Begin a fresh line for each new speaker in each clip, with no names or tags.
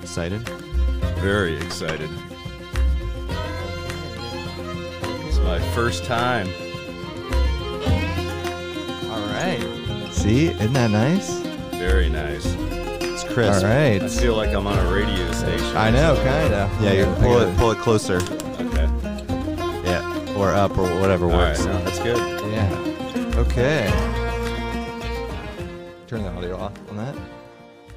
excited?
Very excited. It's my first time.
All right.
See, isn't that nice?
Very nice.
It's crisp. All
right.
I feel like I'm on a radio station.
I know, kinda.
Yeah, you
I
pull
gotta-
it, pull it closer.
Okay.
Yeah, or up, or whatever
All right,
works.
no, that's good.
Yeah. Okay. Turn the audio off on that.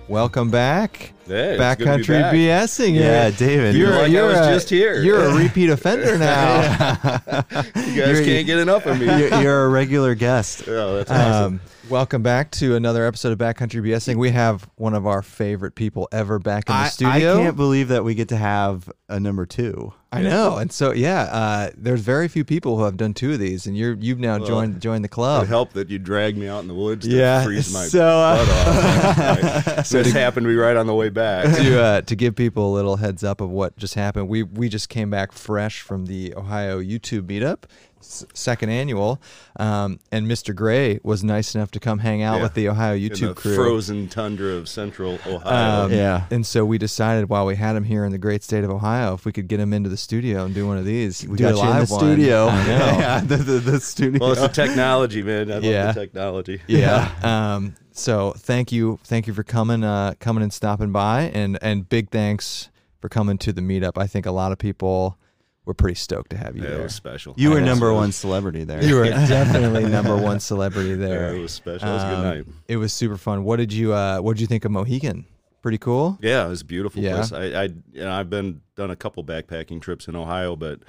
Welcome back.
Hey, it's good to be
Backcountry
back.
BSing.
Yeah,
it.
David.
You're,
Like I
you're
was
a-
just here.
You're a repeat offender now.
You guys
You're-
can't get enough of me.
You're, you're a regular guest.
oh, that's awesome.
um, welcome back to another episode of Backcountry BSing. We have one of our favorite people ever back in the
I, I
studio.
can't believe that we get to have a number two.
I know, and so yeah, uh, there's very few people who have done two of these, and you're you've now joined joined the
It
club.
helped that you dragged me out in the woods to
Yeah,
freeze my
so, uh,
butt off. Right. this happened to be right on the way back.
to uh, to give people a little heads up of what just happened. We we just came back fresh from the Ohio YouTube meetup, s- second annual, um, and Mr. Gray was nice enough to come hang out
Yeah.
with the Ohio
In
YouTube
the
crew.
frozen tundra of central Ohio.
Um,
Yeah.
and so we decided while we had him here in the great state of Ohio, if we could get him into the studio and do one of these,
We
do
got
a
you in
live
the
one.
studio.
I know.
yeah, the, the, the studio.
well, it's the technology, man. I love
Yeah.
the technology.
yeah. Um, so thank you, thank you for coming, uh, coming and stopping by, and and big thanks for coming to the meetup. I think a lot of people were pretty stoked to have you
Yeah, it
there.
was special.
you were
Yeah.
number one celebrity there.
You were definitely number one celebrity
Yeah,
there.
it was special. It was a good
Um,
night.
It was super fun. What did you uh, What did you think of Mohegan? Pretty cool.
Yeah, it was a beautiful
Yeah.
place. I, I you know, I've been done a couple backpacking trips in Ohio, but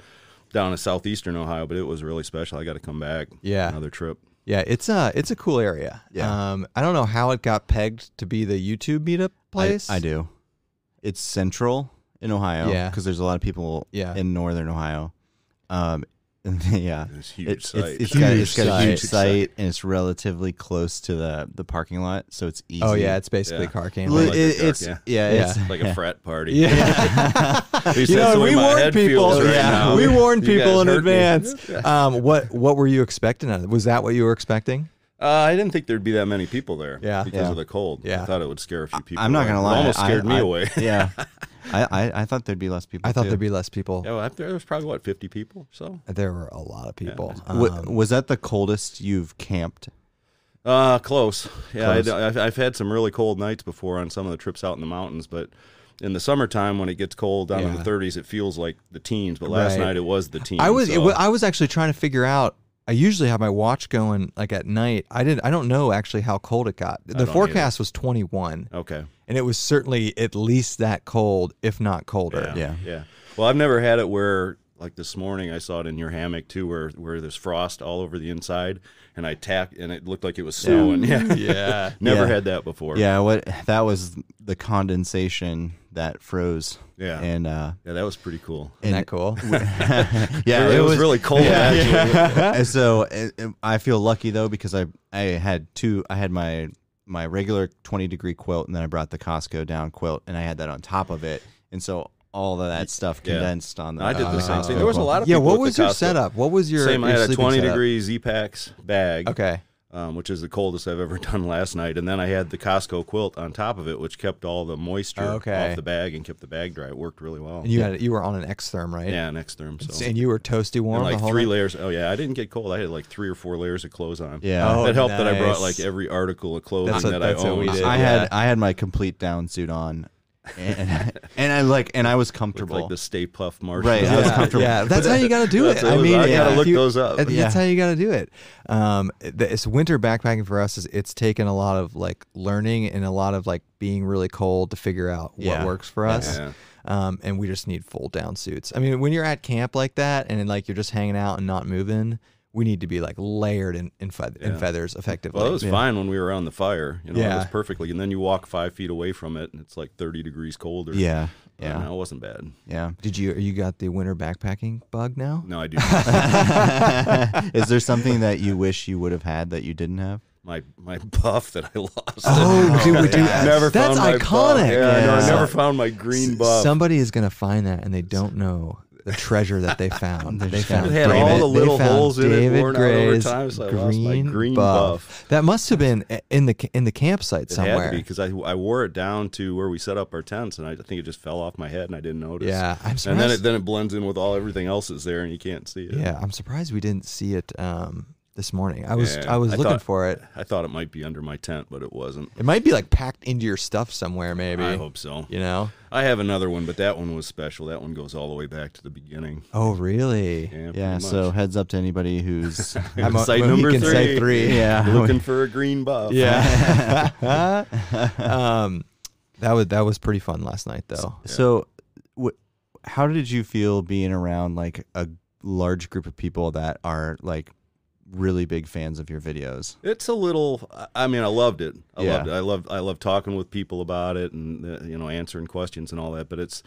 down in southeastern Ohio, but it was really special. I got to come back.
Yeah.
another trip.
Yeah, it's a it's a cool area.
Yeah.
Um, I don't know how it got pegged to be the YouTube meetup
I-
place.
I, do. It's central in Ohio.
Yeah.
Because there's a lot of people
Yeah.
in northern Ohio. Um, yeah.
It's a huge
It-
site.
It's, it's got,
Huge
it's got a
site.
huge site, and it's relatively close to the, the parking lot, so it's easy.
Oh yeah, it's basically
Yeah.
car
Li-
camping.
Like
it-
the dark,
it's
yeah.
yeah,
Yeah.
it's
like a frat party.
yeah.
At least
You
that's
know,
the way
we
my
warn
head
people.
feels right
yeah,
now.
we warn
You guys
people in
hurt me.
advance. um, what what were you expecting? Out of it? Was that what you were expecting?
Uh, I didn't think there'd be that many people there.
Yeah.
because
Yeah.
of the cold.
Yeah.
I thought it would scare a few people.
I'm not
away.
gonna
It
lie,
almost
I-
scared me
I-
away.
yeah. I, I, I thought there'd be less people.
I thought
too.
there'd be less people.
Yeah, well, I- there was probably what 50 people. So
There were a lot of people.
Wa-
Um,
was that the coldest you've camped?
Uh, close. Yeah, I
Close.
don't- I've, I've had some really cold nights before on some of the trips out in the mountains, but in the summertime when it gets cold down in
Yeah.
the 30s, it feels like the teens. But last
Right.
night it was the teens.
I was, it
so-
wa- I was actually trying to figure out. I usually have my watch going like at night. I did. I don't know actually how cold it got. The
don't
forecast was 21,
okay.
and it was certainly at least that cold, if not colder.
Yeah,
Yeah.
yeah. Well, I've never had it where like this morning I saw it in your hammock too, where where there's frost all over the inside, and I tapped and it looked like it was snowing. Yeah.
Yeah.
Yeah.
never had that before.
Yeah, what that was the condensation that froze.
Yeah.
and uh,
Yeah, that was pretty cool.
Isn't that cool?
yeah,
it, was, really cold. actually.
And so and- and I feel lucky though because I I had two. I had my my regular twenty degree quilt, and then I brought the Costco down quilt, and I had that on top of it, and so all of that stuff
Yeah.
condensed on the.
I did
on
the
the
same
Costco
thing. There was a
quilt.
lot of
yeah.
people
What
at the
was your
Costco.
setup? What was your
Same. I
your
had a
sleeping
20
setup?
degree Z Pax bag.
Okay.
um, which is the coldest I've ever done last night. And then I had the Costco quilt on top of it, which kept all the moisture
Okay.
off the bag and kept the bag dry. It worked really well.
And you had you were on an X therm, right?
yeah, next therm. So
And you were toasty warm
and
the
like
whole
three
night?
layers. Oh yeah, I didn't get cold. I had like three or four layers of clothes on.
Yeah.
Oh,
it helped that I
nice.
brought like every article of clothing
That's what-
that
that's
I
what we
owned.
did.
I
Yeah.
had I had my complete down suit on, and and I like and I was comfortable.
Like the Stay Puff Marshmallow.
Right, I was
yeah,
comfortable.
yeah, that's how you got to do it.
That's
I
what-
mean,
I gotta
if
look
you-
those up.
That's
Yeah.
how you got to do it. Um, the, it's winter backpacking for us. Is it's taken a lot of like learning and a lot of like being really cold to figure out what
Yeah.
works for us.
Yeah.
Um, and we just need full down suits. I mean, when you're at camp like that and like you're just hanging out and not moving, we need to be like layered in in, feath- in feathers effectively.
Well, it was fine when we were around the fire. You know, it was
Yeah.
perfectly. And then you walk five feet away from it, and it's like thirty degrees colder.
yeah,
I don't
yeah,
know, it wasn't bad.
yeah.
Did you you got the winter backpacking bug now?
No, I do.
Is there something that you wish you would have had that you didn't have?
my my buff that I lost.
Oh, dude, we do-
I never
that's
found my
iconic.
buff. Yeah, I know, I
Yeah.
never found my green buff.
Somebody is gonna find that and they don't know the treasure that they found. they found
It had
David-
all the
they
little
found
holes in it
David
worn out over
Gray's
time, so I lost my
green,
green
buff.
buff.
That must have been i- in the ca- in the campsite
It had
somewhere.
to be because I, I wore it down to where we set up our tents, and I think it just fell off my head, and I didn't notice.
yeah, I'm surprised.
and then it then it blends in with all everything else is there, and you can't see it.
yeah, I'm surprised we didn't see it um, this morning. I was
Yeah,
I was
I
looking
thought-
for it.
I thought it might be under my tent, but it wasn't.
It might be like packed into your stuff somewhere, maybe.
I hope so.
You know?
I have another one, but that one was special. That one goes all the way back to the beginning.
Oh, really?
Yeah, pretty
Yeah.
much.
So heads up to anybody who's
I'm a-
Site
Mohican
number three.
site three.
yeah
looking for a green buff.
Yeah. um, that was that was pretty fun last night, though.
So, wh- how did you feel being around like a large group of people that are like really big fans of your videos?
It's a little. I- I mean, I loved it. I
Yeah.
loved it. I love. I love talking with people about it and uh, you know answering questions and all that. But it's,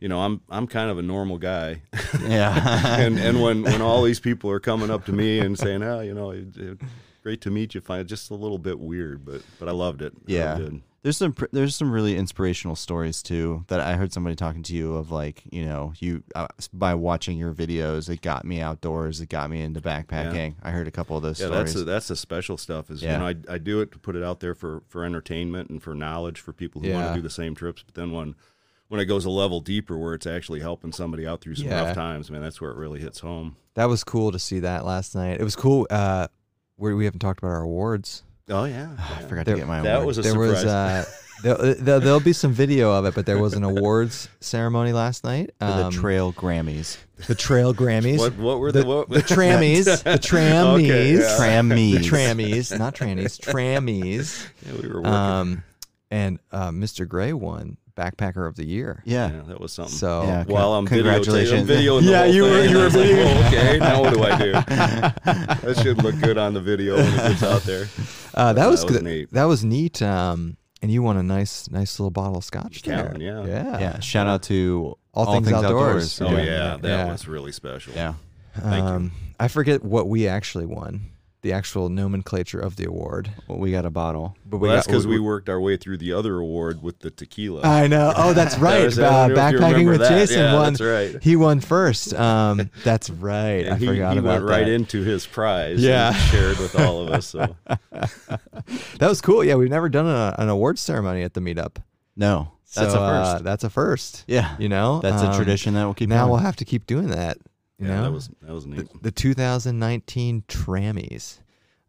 you know, I'm I'm kind of a normal guy,
Yeah.
and and when when all these people are coming up to me and saying, oh, you know, it, it- great to meet you. Fine, just a little bit weird, but but I loved it. I
Yeah.
did.
There's some pr- there's some really inspirational stories too that I heard somebody talking to you of like you know you uh, s- by watching your videos it got me outdoors it got me into backpacking I heard a couple of those
Yeah,
stories
that's the, that's the special stuff. Is
Yeah.
you know I, I do it to put it out there for for entertainment and for knowledge for people who want
Yeah.
to do the same trips. But then when when it goes a level deeper, where it's actually helping somebody out through some
Yeah.
rough times, man, that's where it really hits home.
That was cool to see that last night. It was cool. Uh, where we haven't talked about our awards.
Oh yeah,
I forgot
There-
to get my
that
award.
was a
there was
surprise.
uh, there, there, there'll be some video of it, but there was an awards ceremony last night.
for the
Um,
Trail Grammys
the trail Grammys,
what what were the,
the-
what,
the trammies, the trammies,
Okay, yeah.
Trammies
the trammies, not trannies, trammies.
Yeah, we were working.
Um, and uh, Mr. Gray won backpacker of the year.
yeah
yeah, that was something.
So
Yeah. con-
While I'm
congratulations.
videotaping, video the
Yeah,
whole
you were-
thing,
you were
I was like, "Oh, okay, now what do I do? that should look good on the video when it gets out there.
Uh, that
That
was
was
good.
neat.
That was neat. Um, and you won a nice, nice little bottle of scotch there.
Cowan, yeah.
yeah,
yeah shout out to
All Things Outdoors.
Oh yeah,
Yeah.
that
Yeah.
was really special.
yeah
Thank you.
Um, I forget what we actually won, the actual nomenclature of the award.
well, we got a bottle
But
Well, that's
got-
because we worked our way through the other award with the tequila.
I know. Oh, that's right.
was- I
uh,
don't know if you
backpacking
remember
with
that.
Jason
Yeah,
won.
that's right.
He won first. Um, that's right. I
and he, he
forgot
went
about
right
that.
into his prize.
Yeah.
and shared with all of us. So
That was cool. Yeah, we've never done a, an award ceremony at the meetup.
no that's
So,
a first
uh, that's a first.
yeah
You know,
That's a
Um,
tradition that will keep
Now
going.
we'll have to keep doing that. You
yeah,
know,
that was that was neat.
the 2019 Trammies.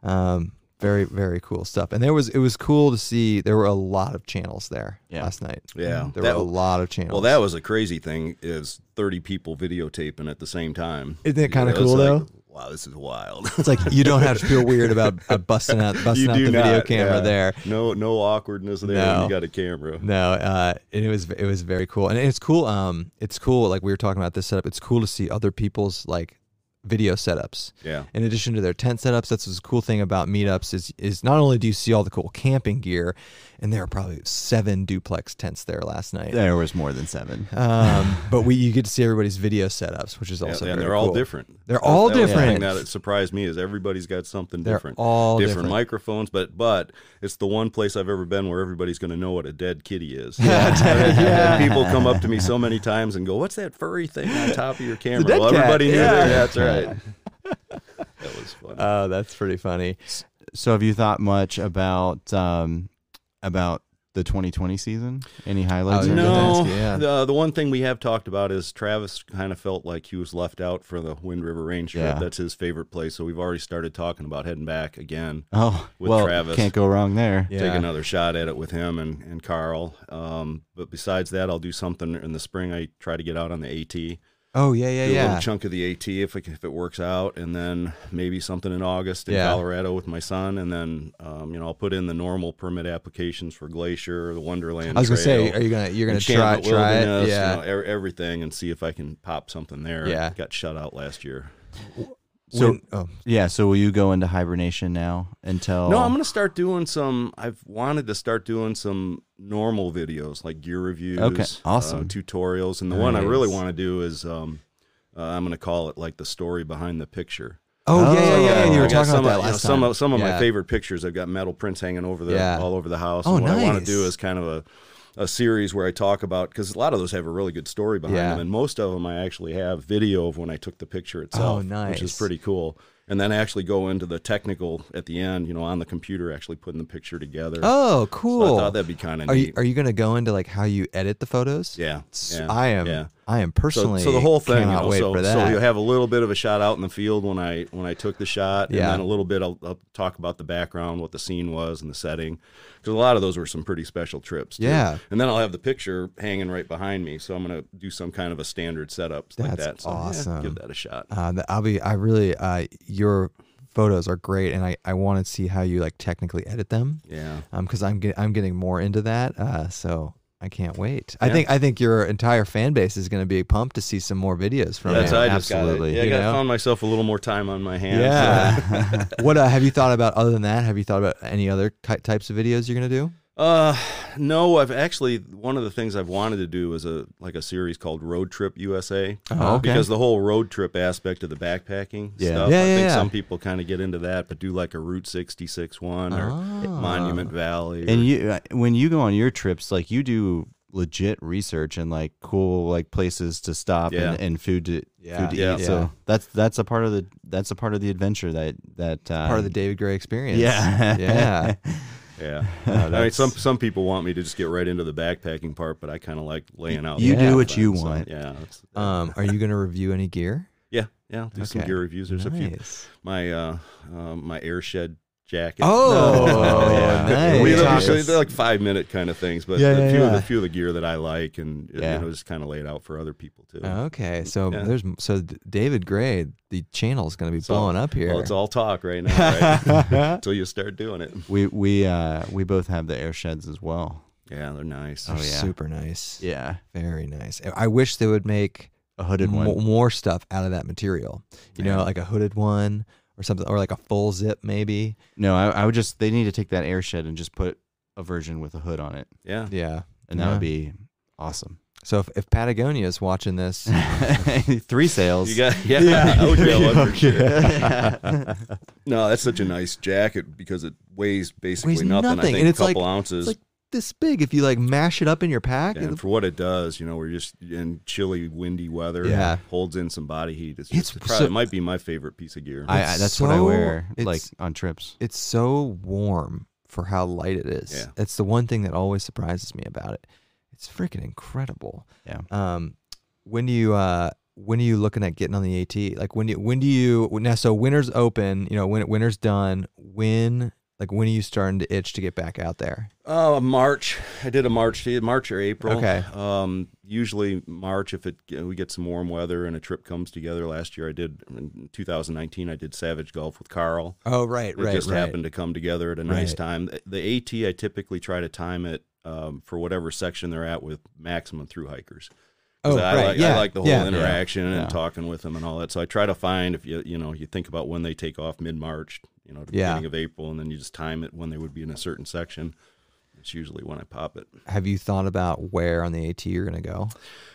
Um, very very cool stuff. And there was it was cool to see. There were a lot of channels there
Yeah.
last night.
Yeah,
there
that-
were a lot of channels.
Well, that was a crazy thing. Is thirty people videotaping at the same time?
Isn't it
You
kinda
know, it's
cool, though?
like, Wow, this is wild.
it's like you don't have to feel weird about uh, busting out busting out the video camera
yeah.
there.
No, no awkwardness there.
No.
When you got a camera.
No, uh, and it was it was very cool, and it's cool. Um, it's cool. Like we were talking about this setup. It's cool to see other people's like video setups.
Yeah.
in addition to their tent setups that's the cool thing about meetups is is not only do you see all the cool camping gear and there are probably seven duplex tents there last night
There was more than seven.
um, but we you get to see everybody's video setups which is
Yeah,
also
and
very
they're all
cool.
different.
They're all
was the
different.
thing that it surprised me is everybody's got something
They're
different.
all
different,
different.
microphones, but but it's the one place I've ever been where everybody's going to know what a dead kitty is. And people come up to me so many times and go, "What's that furry thing on top of your camera?"
dead
Well,
cat,
everybody knew
yeah.
that. That's right. that was fun.
oh that's pretty funny
So, have you thought much about um, about the 2020 season? Any highlights?
Oh,
or
yeah.
anything?
Uh, No,
ask you, yeah.
the, the one thing we have talked about is Travis kind of felt like he was left out for the Wind River Range trip.
Yeah.
That's his favorite place, so we've already started talking about heading back again.
Oh,
With
well,
Travis.
can't go wrong there.
yeah
take another shot at it with him and, and Carl. Um, but besides that, I'll do something in the spring. I try to get out on the AT, do
oh yeah yeah
a
yeah
little chunk of the AT if it, if it works out, and then maybe something in August in
Yeah.
Colorado with my son, and then um, you know I'll put in the normal permit applications for Glacier, the Wonderland.
I was gonna
Trail,
say, are you gonna you're gonna try
Enchantment
try it?
Wilderness, you
Yeah.
know, e- everything, and see if I can pop something there.
Yeah.
got shut out last year.
So-
When- oh,
Yeah. So, will you go into hibernation now until?
No, I'm going to start doing some. I've wanted to start doing some normal videos like gear reviews,
Okay,
uh,
awesome.
tutorials, and the one I really
Nice.
want to do is um, uh, I'm going to call it like the story behind the picture.
oh yeah yeah
Oh,
yeah. You were
I got
talking
some
about that
of, you know,
last
Some
time.
of, some of
Yeah.
my favorite pictures. I've got metal prints hanging over the
Yeah.
all over the house.
Oh,
and what I want
nice.
to do is kind of a a series where I talk about because a lot of those have a really good story behind
Yeah. Oh,
them, and most of them I actually have video of when I took the picture itself, which is
nice.
pretty cool. And then I actually go into the technical at the end, you know, on the computer, actually putting the picture together.
Oh,
So
cool.
I thought that'd be kind of
are
neat.
you are you gonna go into like how you edit the photos?
yeah,
S-
yeah,
I am.
Yeah.
I am
So,
personally.
so the whole thing, you
Cannot
know,
wait
so,
for
so
that.
you have a little bit of a shot out in the field when I when I took the shot,
Yeah.
and then a little bit I'll, I'll talk about the background, what the scene was, and the setting, because a lot of those were some pretty special trips. too.
Yeah.
and then I'll have the picture hanging right behind me, so I'm gonna do some kind of a standard setup like
That's
that. So, yeah,
awesome.
give that a shot.
Uh, th- I'll be. I really. Uh, your photos are great, and I, I want to see how you like technically edit them.
Yeah.
Um, because I'm get, I'm getting more into that. Uh, so I can't wait. I think I think your entire fan base is going to be pumped to see some more videos from
That's
you.
how I just
absolutely.
got it.
You
Yeah, I got,
know?
found myself a little more time on my hands.
Yeah. what uh, have you thought about other than that? Have you thought about any other ki- types of videos you're going to do?
Uh, no, I've actually one of the things I've wanted to do is a like a series called Road Trip USA.
Oh, okay.
Because the whole road trip aspect of the backpacking
Yeah.
stuff,
Yeah,
I
yeah,
think
yeah.
some people kind of get into that, but do like a Route 66 one or Monument Valley. or-
And you, uh, when you go on your trips, like you do legit research and like cool like places to stop
Yeah.
and, and food to
Yeah.
food to
Yeah.
eat. So that's that's a part of the that's a part of the adventure that that um,
Part of the David Gray experience.
Yeah.
yeah.
yeah, I mean, some some people want me to just get right into the backpacking part, but I kind of like laying out.
You
the
do
whole
what
thing,
you
so,
want.
yeah, it's-
Um, are you going to review any gear?
yeah, yeah. I'll Do some
Okay.
gear reviews. There's a few.
Nice.
My uh, um, my airshed jacket.
Oh, nice.
We
We
don't
talked-
usually they're like five minute kind of things, but
Yeah,
a
yeah,
few of
yeah.
the few of the gear that I like and
Yeah.
you know just kind of laid out for other people
Oh,
too.
Okay, so
Yeah.
there's so D- David Gray, the channel's going to be
So-
blowing up here.
Well, it's all talk right now, right? Until you start doing it.
we we uh we both have the air sheds as well.
Yeah, they're nice.
Oh, yeah.
Super nice.
Yeah,
Very nice. I- I wish they would make
a hooded
mo-
one.
more stuff out of that material. You know, like a hooded one or something, or like a full zip maybe.
No, I, I would just they need to take that air shed and just put a version with a hood on it,
Yeah.
Yeah.
and that
Yeah.
would be awesome.
So if, if Patagonia is watching this,
Three sales.
You got yeah, I would mail it for sure.
Yeah.
No, that's such a nice jacket because it weighs basically
Weighs
nothing. I
nothing,
think
and it's
a couple
like-
ounces.
it's like this big, if you like mash it up in your pack,
and
it's,
for what it does, you know, we're just in chilly, windy weather.
Yeah.
holds in some body heat. It's,
It's
just, it probably
so-
might be my favorite piece of gear.
I, I,
It's
that's what I
so-
wear
it's-
like on trips.
it's so warm for how light it is.
Yeah.
That's the one thing that always surprises me about it. It's freaking incredible.
Yeah.
Um, when do you uh when are you looking at getting on the AT? Like when do when do you now? So winter's open. You know when winter's done. When like when are you starting to itch to get back out there?
Uh, March. I did a March, March or April.
Okay.
Um, usually March if it uh, we get some warm weather and a trip comes together. Last year I did in 2019 I did Savage Golf with Carl.
Oh right,
It just happened to come together at a nice
Right.
time. The- The AT I typically try to time it um, for whatever section they're at with maximum through hikers. 'Cause
Oh
I,
right,
like,
yeah,
I like the whole
yeah.
interaction and
Yeah.
talking with them and all that. So I try to find if you you know you think about when they take off mid March, you know, the
Yeah.
beginning of April, and then you just time it when they would be in a certain section. It's usually when I pop it.
Have you thought about where on the AT you're gonna go?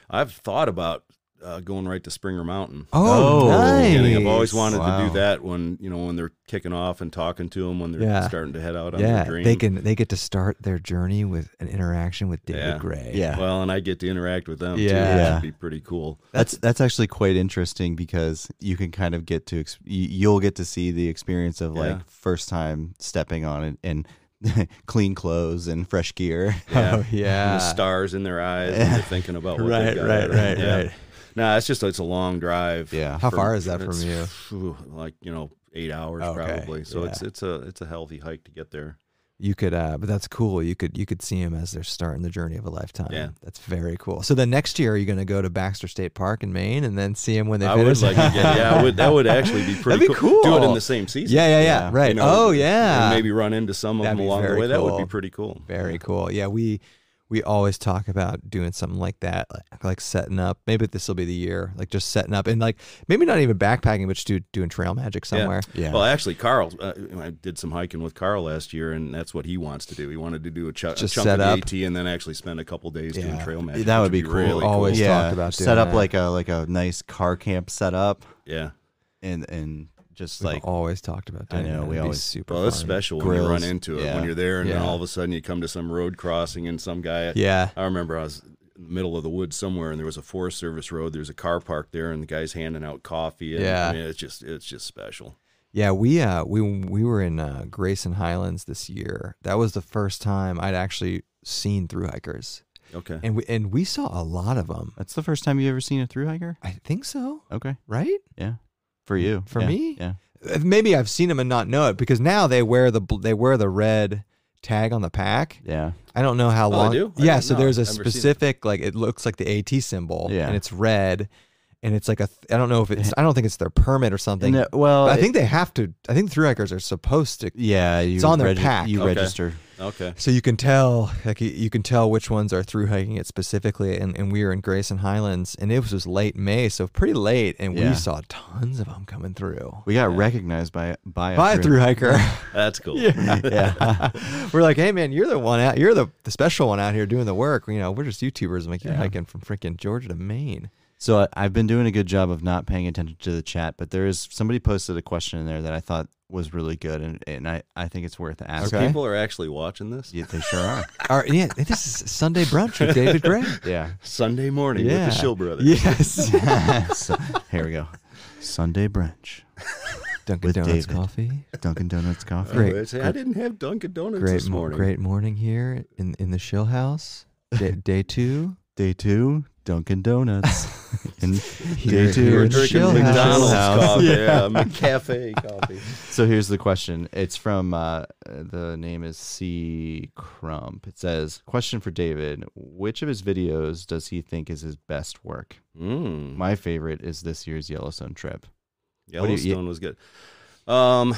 I've thought about uh, going right to Springer Mountain.
Oh,
Beginning. I've always
nice.
wanted to
Wow.
do that when you know when they're kicking off and talking to them when they're
Yeah.
starting to head out on
Yeah,
their dream.
they can. They get to start their journey with an interaction with David
Yeah.
Gray.
Well, and I get to interact with them. too,
Yeah.
which would be pretty cool.
That's that's actually quite interesting because you can kind of get to ex- you- you'll get to see the experience of
Yeah.
like first time stepping on it and clean clothes and fresh gear.
Yeah.
Oh
And
yeah.
the stars in their eyes, and they're thinking about what
Right,
they've got
right,
out of it.
right,
Yeah.
right.
Nah, it's just it's a long drive.
Yeah.
How far is that from
it's,
you?
phew, Like you know, eight hours
Okay,
probably. So
yeah.
it's it's a it's a healthy hike to get there.
You could, uh, but that's cool. You could, you could see him as they're starting the journey of a lifetime.
Yeah.
that's very cool. So then next year, are you going to go to Baxter State Park in Maine and then see him when they
I would
finish?
like to get yeah. I would, that would actually be pretty
That'd be
Do it in
cool.
the same season.
yeah, yeah, yeah,
Yeah.
Right.
you know,
oh
and
yeah.
maybe run into some of
That'd
them
be
along the way.
very
That would be
cool.
pretty cool.
Very cool. Yeah, we we always talk about doing something like that, like, like setting up. Maybe this will be the year, like just setting up and like maybe not even backpacking, but just do, doing trail magic somewhere.
Yeah.
Well, actually, Carl, uh, I did some hiking with Carl last year, and that's what he wants to do. He wanted to do a, chu- a
Just
chunk
set up.
of AT and then actually spend a couple days doing
Yeah.
trail magic.
that
which
would be cool.
Really
Always
cool.
talked about doing
set up
that.
like a like a nice car camp setup
Yeah.
and and Just
We've
like
always talked about
I
doing
know,
that.
we
It'd be
always-
super
Well, that's
fun.
special when you run
Grills.
into it
Yeah.
when you're there, and then
Yeah.
all of a sudden you come to some road crossing and some guy.
Yeah.
I remember I was in the middle of the woods somewhere, and there was a Forest Service road. There's a car parked there, and the guy's handing out coffee. And,
Yeah.
I mean, it's just it's just special.
Yeah, we uh we we were in uh, Grayson Highlands this year. That was the first time I'd actually seen through hikers,
Okay.
and we and we saw a lot of them.
that's the first time you ever seen a through hiker.
I think so,
Okay,
right?
yeah, for you,
For
Yeah.
me?
yeah.
Uh, Maybe I've seen them and not know it because now they wear the bl- they wear the red tag on the pack.
Yeah.
I don't know how
Oh, they
long.
do? I
Yeah,
didn't
so
know.
there's a
I've never seen it.
specific like it looks like the AT symbol,
Yeah.
and it's red, and it's like a th- I don't know if it's I don't think it's their permit or something.
No, well,
but I
it-
think they have to. I think through hikers are supposed to
yeah, you
on their
regi-
pack.
You
Okay.
register.
Okay.
So you can tell, like you- you can tell which ones are through hiking it specifically, and, and we were in Grayson Highlands, and it was just late May, so pretty late, and
Yeah.
we saw tons of them coming through.
We got recognized by by a
By a through hiker,
That's cool.
yeah.
we're like, "Hey man, you're the one out, you're the, the special one out here doing the work." You know, we're just YouTubers, I'm like you're hiking from freaking Georgia to Maine.
so I- I've been doing a good job of not paying attention to the chat, but there is somebody posted a question in there that I thought was really good, and and I I think it's worth asking.
Okay.
People are actually watching this
Yeah, they sure are.
All right, yeah, this is Sunday brunch with David Gray.
Yeah.
Sunday morning
Yeah.
with the Shill Brothers.
Yes,
So, here we go. Sunday brunch.
Dunkin'
With
Donuts
David.
coffee.
Dunkin' Donuts coffee.
Oh,
Great.
it's- I didn't have Dunkin' Donuts
Great,
this
mo-
morning.
great morning here in in the Shill House. Day, day two.
Day two, Dunkin' Donuts. and
Here-
day two,
here
We're
in the
drinking
Shill
McDonald's
House.
coffee, yeah, McCafe coffee.
So here's the question. It's from uh, the name is C Crump. It says, "Question for David: Which of his videos does he think is his best work?
Mm.
My favorite is this year's Yellowstone trip. do you-
Yellowstone was good. Um,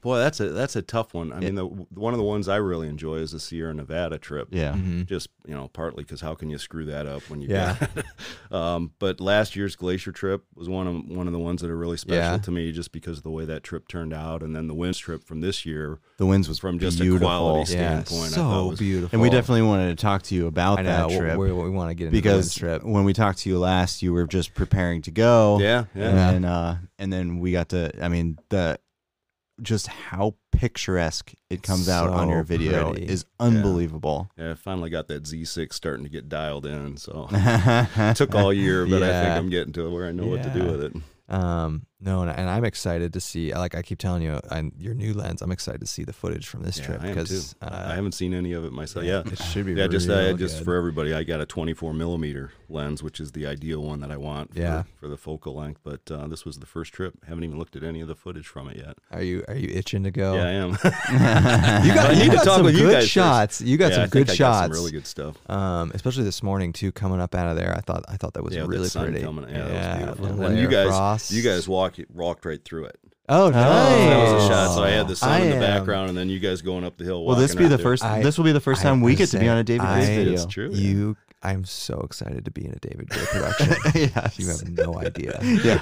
boy, that's a that's a tough one. I mean, the, one of the ones I really enjoy is the Sierra Nevada trip.
Yeah,
Mm-hmm.
Just you know, partly because how can you screw that up when you
Yeah.
got? um, but last year's glacier trip was one of one of the ones that are really special
Yeah.
to me, just because of the way that trip turned out, and then the winds trip from this year
the winds was
from just
beautiful.
a quality
Yeah,
standpoint. I thought
so
was
beautiful.
and we definitely wanted to talk to you about
I know
that
we-
trip
we, we want to get into
because
the trip.
when we talked to you last, you were just preparing to go.
Yeah, yeah.
and then uh, and then we got to. I mean the. Just how picturesque it comes out on
So
your video
pretty.
is unbelievable.
Yeah, I finally got that Z6 starting to get dialed in. So took all year, but I
Yeah.
think I'm getting to where I know what to do
Yeah.
with it.
Um, no, and, and I'm excited to see. Like I keep telling you, I'm, your new lens. I'm excited to see the footage from this
Yeah,
trip
I am too.
because
I
uh,
haven't seen any of it myself. Yeah.
it should be.
Yeah, just
real
I, just
good.
for everybody, I got a 24 millimeter lens, which is the ideal one that I want. For,
Yeah.
for the focal length. But uh, this was the first trip. haven't even looked at any of the footage from it yet.
Are you are you itching to go?
Yeah, I am.
You got,
I
you
need to
got
talk
some
with you
good
guys first.
shots. You got
Yeah,
some
I think
good
I
shots.
Got some really good stuff.
um, especially this morning too, coming up out of there. I thought I thought that was
yeah, with that
really
sun
pretty.
coming. Yeah, that was
little
beautiful. And
layer
you
of
guys,
frost.
you guys walk, walked right through it.
Oh, nice.
That was a shot. So I had the sun in the
I am-
background, and then you guys going up the hill.
Will this
walking
be
out
the
there.
first?
I-
this will be the first
I
time we
was
get to be
saying,
on a David Hayes
I-
video.
It's true. yeah.
You, I'm so excited to be in a David Gray production.
Yes.
You have no idea.
Yeah.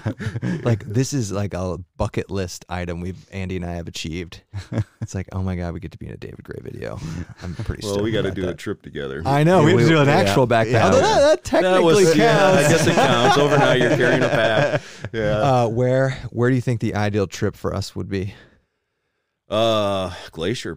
like this is like a bucket list item we've Andy and I have achieved. It's like, oh my god, we get to be in a David Gray video. I'm pretty.
Well, we got to
to
do a trip together.
I know we,
Yeah,
have to
we-
do an
yeah.
actual back
Yeah.
Although that, that
That
technically
was,
counts.
yeah, I guess it counts. Over now, you're carrying a pack. Yeah.
Uh, where where do you think the ideal trip for us would be?
Uh, glacier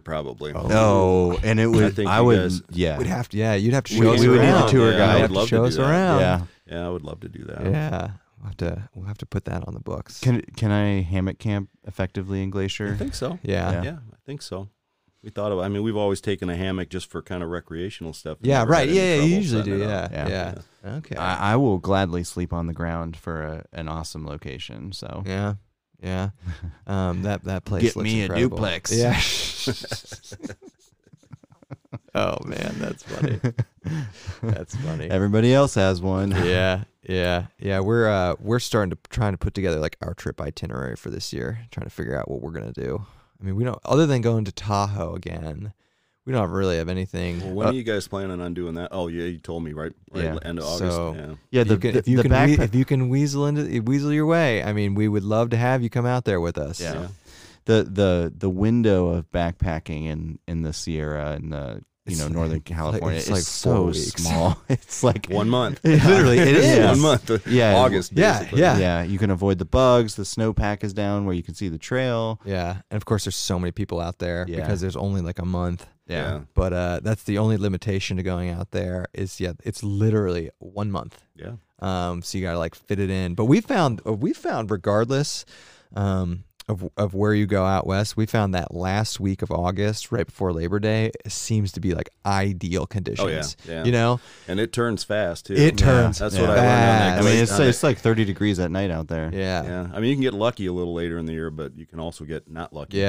probably.
Oh,
No, and it would. I,
think you
would.
guys-
yeah.
We'd have to, yeah, you'd have to
We-
show us
we would need the
around.
tour
You'd
guide. I'd
have
love
to
to
show
do
us
that.
around.
yeah.
Yeah, I would love to do that.
yeah. We'll have to we'll have to put that on the books.
Can can I hammock camp effectively in
I
Glacier?
think so.
yeah.
Yeah.
Yeah, I think so. We thought of. I mean, we've always taken a hammock just for kind of recreational stuff. We
Yeah,
never
right.
had any
Yeah, yeah,
trouble
you usually
setting
do.
it
Yeah,
up.
Yeah.
yeah. Okay.
I, I will gladly sleep on the ground for a, an awesome location. So
yeah, yeah. Um, that that place.
Get
looks
me a
incredible.
duplex.
Yeah. oh man, that's funny. That's funny.
everybody else has one.
yeah, yeah, yeah. We're uh we're starting to trying to put together like our trip itinerary for this year, trying to figure out what we're gonna do. I mean, we don't other than going to Tahoe again, we don't really have anything.
Well, when
Uh,
are you guys planning on doing that? Oh, yeah, you told me right, right
Yeah.
end of August.
So-
Yeah.
yeah.
if
The
uh, you can,
the,
if you
the
can wee-
backpack.
if you can weasel into weasel your way, I mean, we would love to have you come out there with us.
yeah. the the the window of backpacking in in the Sierra and the you
It's
know
like-
Northern
like-
California.
it's
It's,
like
so
four weeks.
small. It's like
One month.
literally it is
One month.
Yeah.
August.
Yeah,
Basically.
yeah.
Yeah, you can avoid the bugs. The snowpack is down where you can see the trail.
Yeah, and of course there's so many people out there
Yeah.
because there's only like a month.
Yeah.
But uh, that's the only limitation to going out there is yeah, it's literally one month.
Yeah.
Um, so you gotta like fit it in. But we found uh, we found regardless um, of of where you go out west, we found that last week of August, right before Labor Day, seems to be like ideal conditions.
yeah.
You know,
And it turns fast too.
It turns
That's
Yeah.
what I
I
learned. On that
mean,
fast.
coast-
it's
on that-
it's like 30 degrees at night out there.
yeah, yeah.
yeah. I mean, you can get lucky a little later in the year, but you can also get not lucky.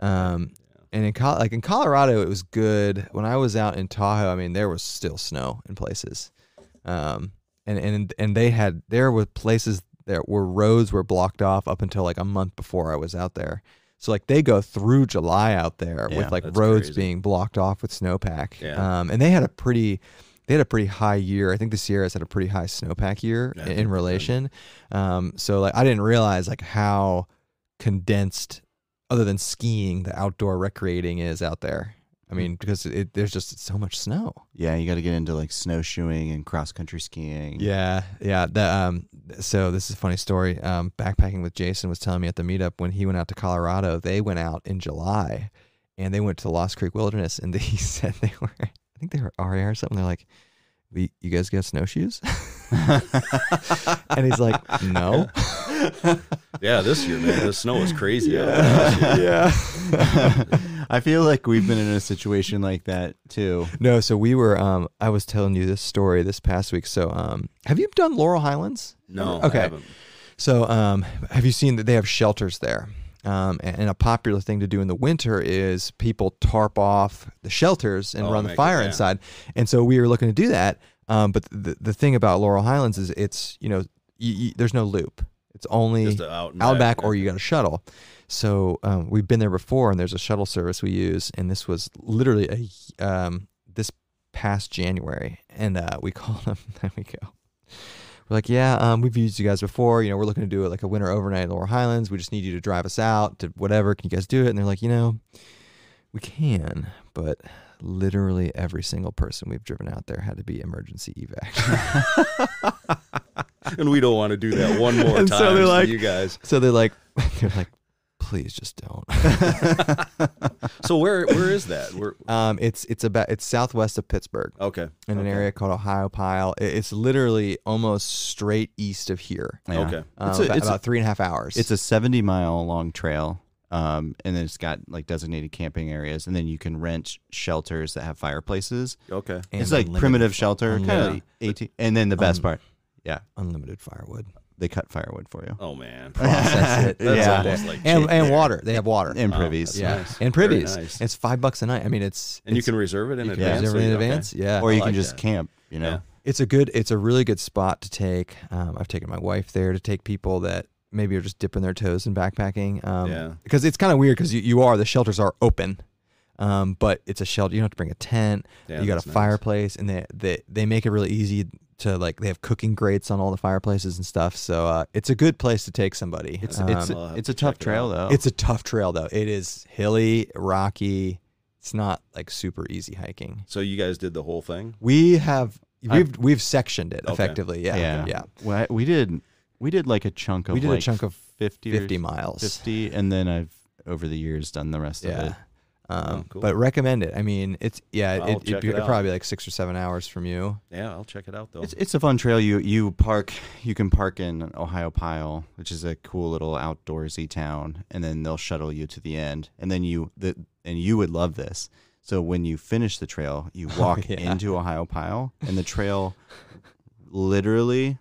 Um, and in Col- like in Colorado, it was good. When I was out in Tahoe, I mean, there was still snow in places. Um, and and and they had there were places that were roads were blocked off up until like a month before I was out there. So like they go through July out there
Yeah,
with like
that's
roads
crazy.
being blocked off with snowpack.
Yeah.
Um, and they had a pretty they had a pretty high year. I think the Sierras had a pretty high snowpack year
Yeah, I
in,
think they
in
did.
relation. Um, so like I didn't realize like how condensed other than skiing the outdoor recreating is out there.
Hmm.
I mean, because it, there's just so much snow.
Yeah, you got to get into like snowshoeing and cross country skiing.
Yeah, yeah. The, um, so this is a funny story. Um, backpacking with Jason was telling me at the meetup when he went out to Colorado. They went out in July, and they went to Lost Creek Wilderness, and he said they were, I think they were RER or something. They're like, "We, you guys got snowshoes?" and he's like, "No."
Yeah, this year, man, the snow is crazy.
yeah.
I feel like we've been in a situation like that too.
No, so we were. Um, I was telling you this story this past week. So, um, have you done Laurel Highlands?
No. I
Okay.
haven't.
So, um, have you seen that they have shelters there? Um, and, and a popular thing to do in the winter is people tarp off the shelters and
Oh,
run the
make it-
fire
yeah.
inside. And so we were looking to do that. Um, but the, the thing about Laurel Highlands is it's you know you, you, there's no loop. It's only
Just a out and
out
back,
back or you got a shuttle. So um, we've been there before, and there's a shuttle service we use, and this was literally a y- um, this past January, and uh, we called them. There we go. We're like, yeah, um, we've used you guys before. You know, we're looking to do it like a winter overnight in Lower Highlands. We just need you to drive us out to whatever. Can you guys do it? And they're like, you know, we can, but literally every single person we've driven out there had to be emergency evac.
And we don't want to do that one more
And so
time.
they're
to
like-
you guys.
so they're like, they're like, please just don't.
So where where is that? Where,
Um, it's it's about it's southwest of Pittsburgh
okay.
in an area called Ohio Pile. I- It's literally almost straight east of here.
Yeah.
Okay.
Um,
It's a-
about,
it's a-
about three and a half hours.
It's a 70 mile long trail. Um, and then it's got like designated camping areas, and then you can rent shelters that have fireplaces.
Okay.
And
it's like
unlimited-
primitive shelter, kind
unlimited-
of 18. And then the best
Um,
part, yeah,
unlimited firewood.
they cut firewood for you
Oh man.
That's it.
That's
Yeah.
almost like
And,
cheap
and
there.
water. They have water.
and
Wow,
privies.
Ah, that's
yeah,
nice.
and
Very
privies.
nice.
It's five bucks a night. I mean, it's
And you
it's-
can reserve it in
you can
advance.
reserve it
so
in
you-
advance.
Okay.
Yeah,
Or you
like
can just
that.
camp, you know.
Yeah.
it's a good it's a really good spot to take um, i've taken my wife there to take people that maybe are just dipping their toes in backpacking um,
Yeah.
because it's kind of weird because you, you are the shelters are open um, but it's a shelter you don't have to bring a tent
Yeah,
you got a
that's nice.
fireplace and they, they they make it really easy to like they have cooking grates on all the fireplaces and stuff so uh, it's a good place to take somebody
It's
Um,
it's
I'll have
it's
to
a tough
check it
trail though.
it's a tough trail though it is hilly rocky it's not like super easy hiking
So you guys did the whole thing.
we have
I-
we've we've sectioned it
Okay.
effectively yeah yeah
Well, we did we did like a chunk of
we did
like
a chunk of
50 or
50 miles
50 and then I've over the years done the rest of
yeah
it.
um,
Oh, cool.
but recommend it i mean it's yeah
I'll
it, it'd,
check
be,
it
it'd
out.
probably be like six or seven hours from you
Yeah, I'll check it out though.
It's it's a fun trail. You you park you can park in Ohio Pile, which is a cool little outdoorsy town, and then they'll shuttle you to the end. And then you the and you would love this. So when you finish the trail, you walk
Oh, yeah.
into Ohio Pile, and the trail literally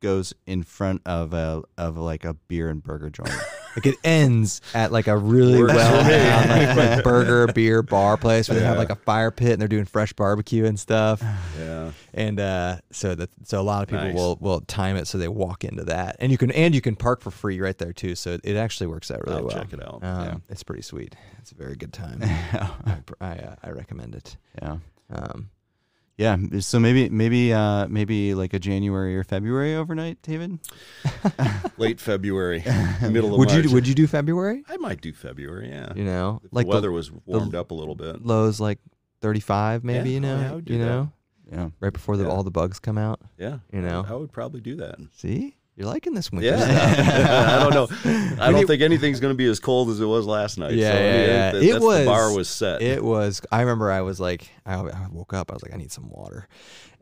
goes in front of a of like a beer and burger joint.
like it ends at like a really
Works for
well like, burger beer bar place where they have
Yeah.
like a fire pit and they're doing fresh barbecue and stuff
yeah.
and uh, so that so a lot of people
Nice.
will will time it so they walk into that and you can and you can park for free right there too so it, it actually works out really
I'll
well
check it out.
um,
Yeah.
it's pretty sweet it's a very good time I, pr- I, uh, I recommend it
yeah.
um,
Yeah, so maybe maybe uh maybe like a January or February overnight, David.
Late February, middle of
would
March.
you would you do february
I might do February. Yeah.
you know
If
like
the
the
weather was warmed up a little bit.
lows like 35 maybe
Yeah,
you
oh,
know
yeah, I would do
you
that.
know
Yeah.
right before the,
Yeah.
all the bugs come out
Yeah.
you know
I would probably do that.
see you're liking this winter
Yeah. I don't know. I don't think anything's going to be as cold as it was last night.
Yeah,
so
yeah,
it-
yeah.
that-
It
that's
was-
the bar was set.
It was. I remember I was like, I, I woke up. I was like, I need some water.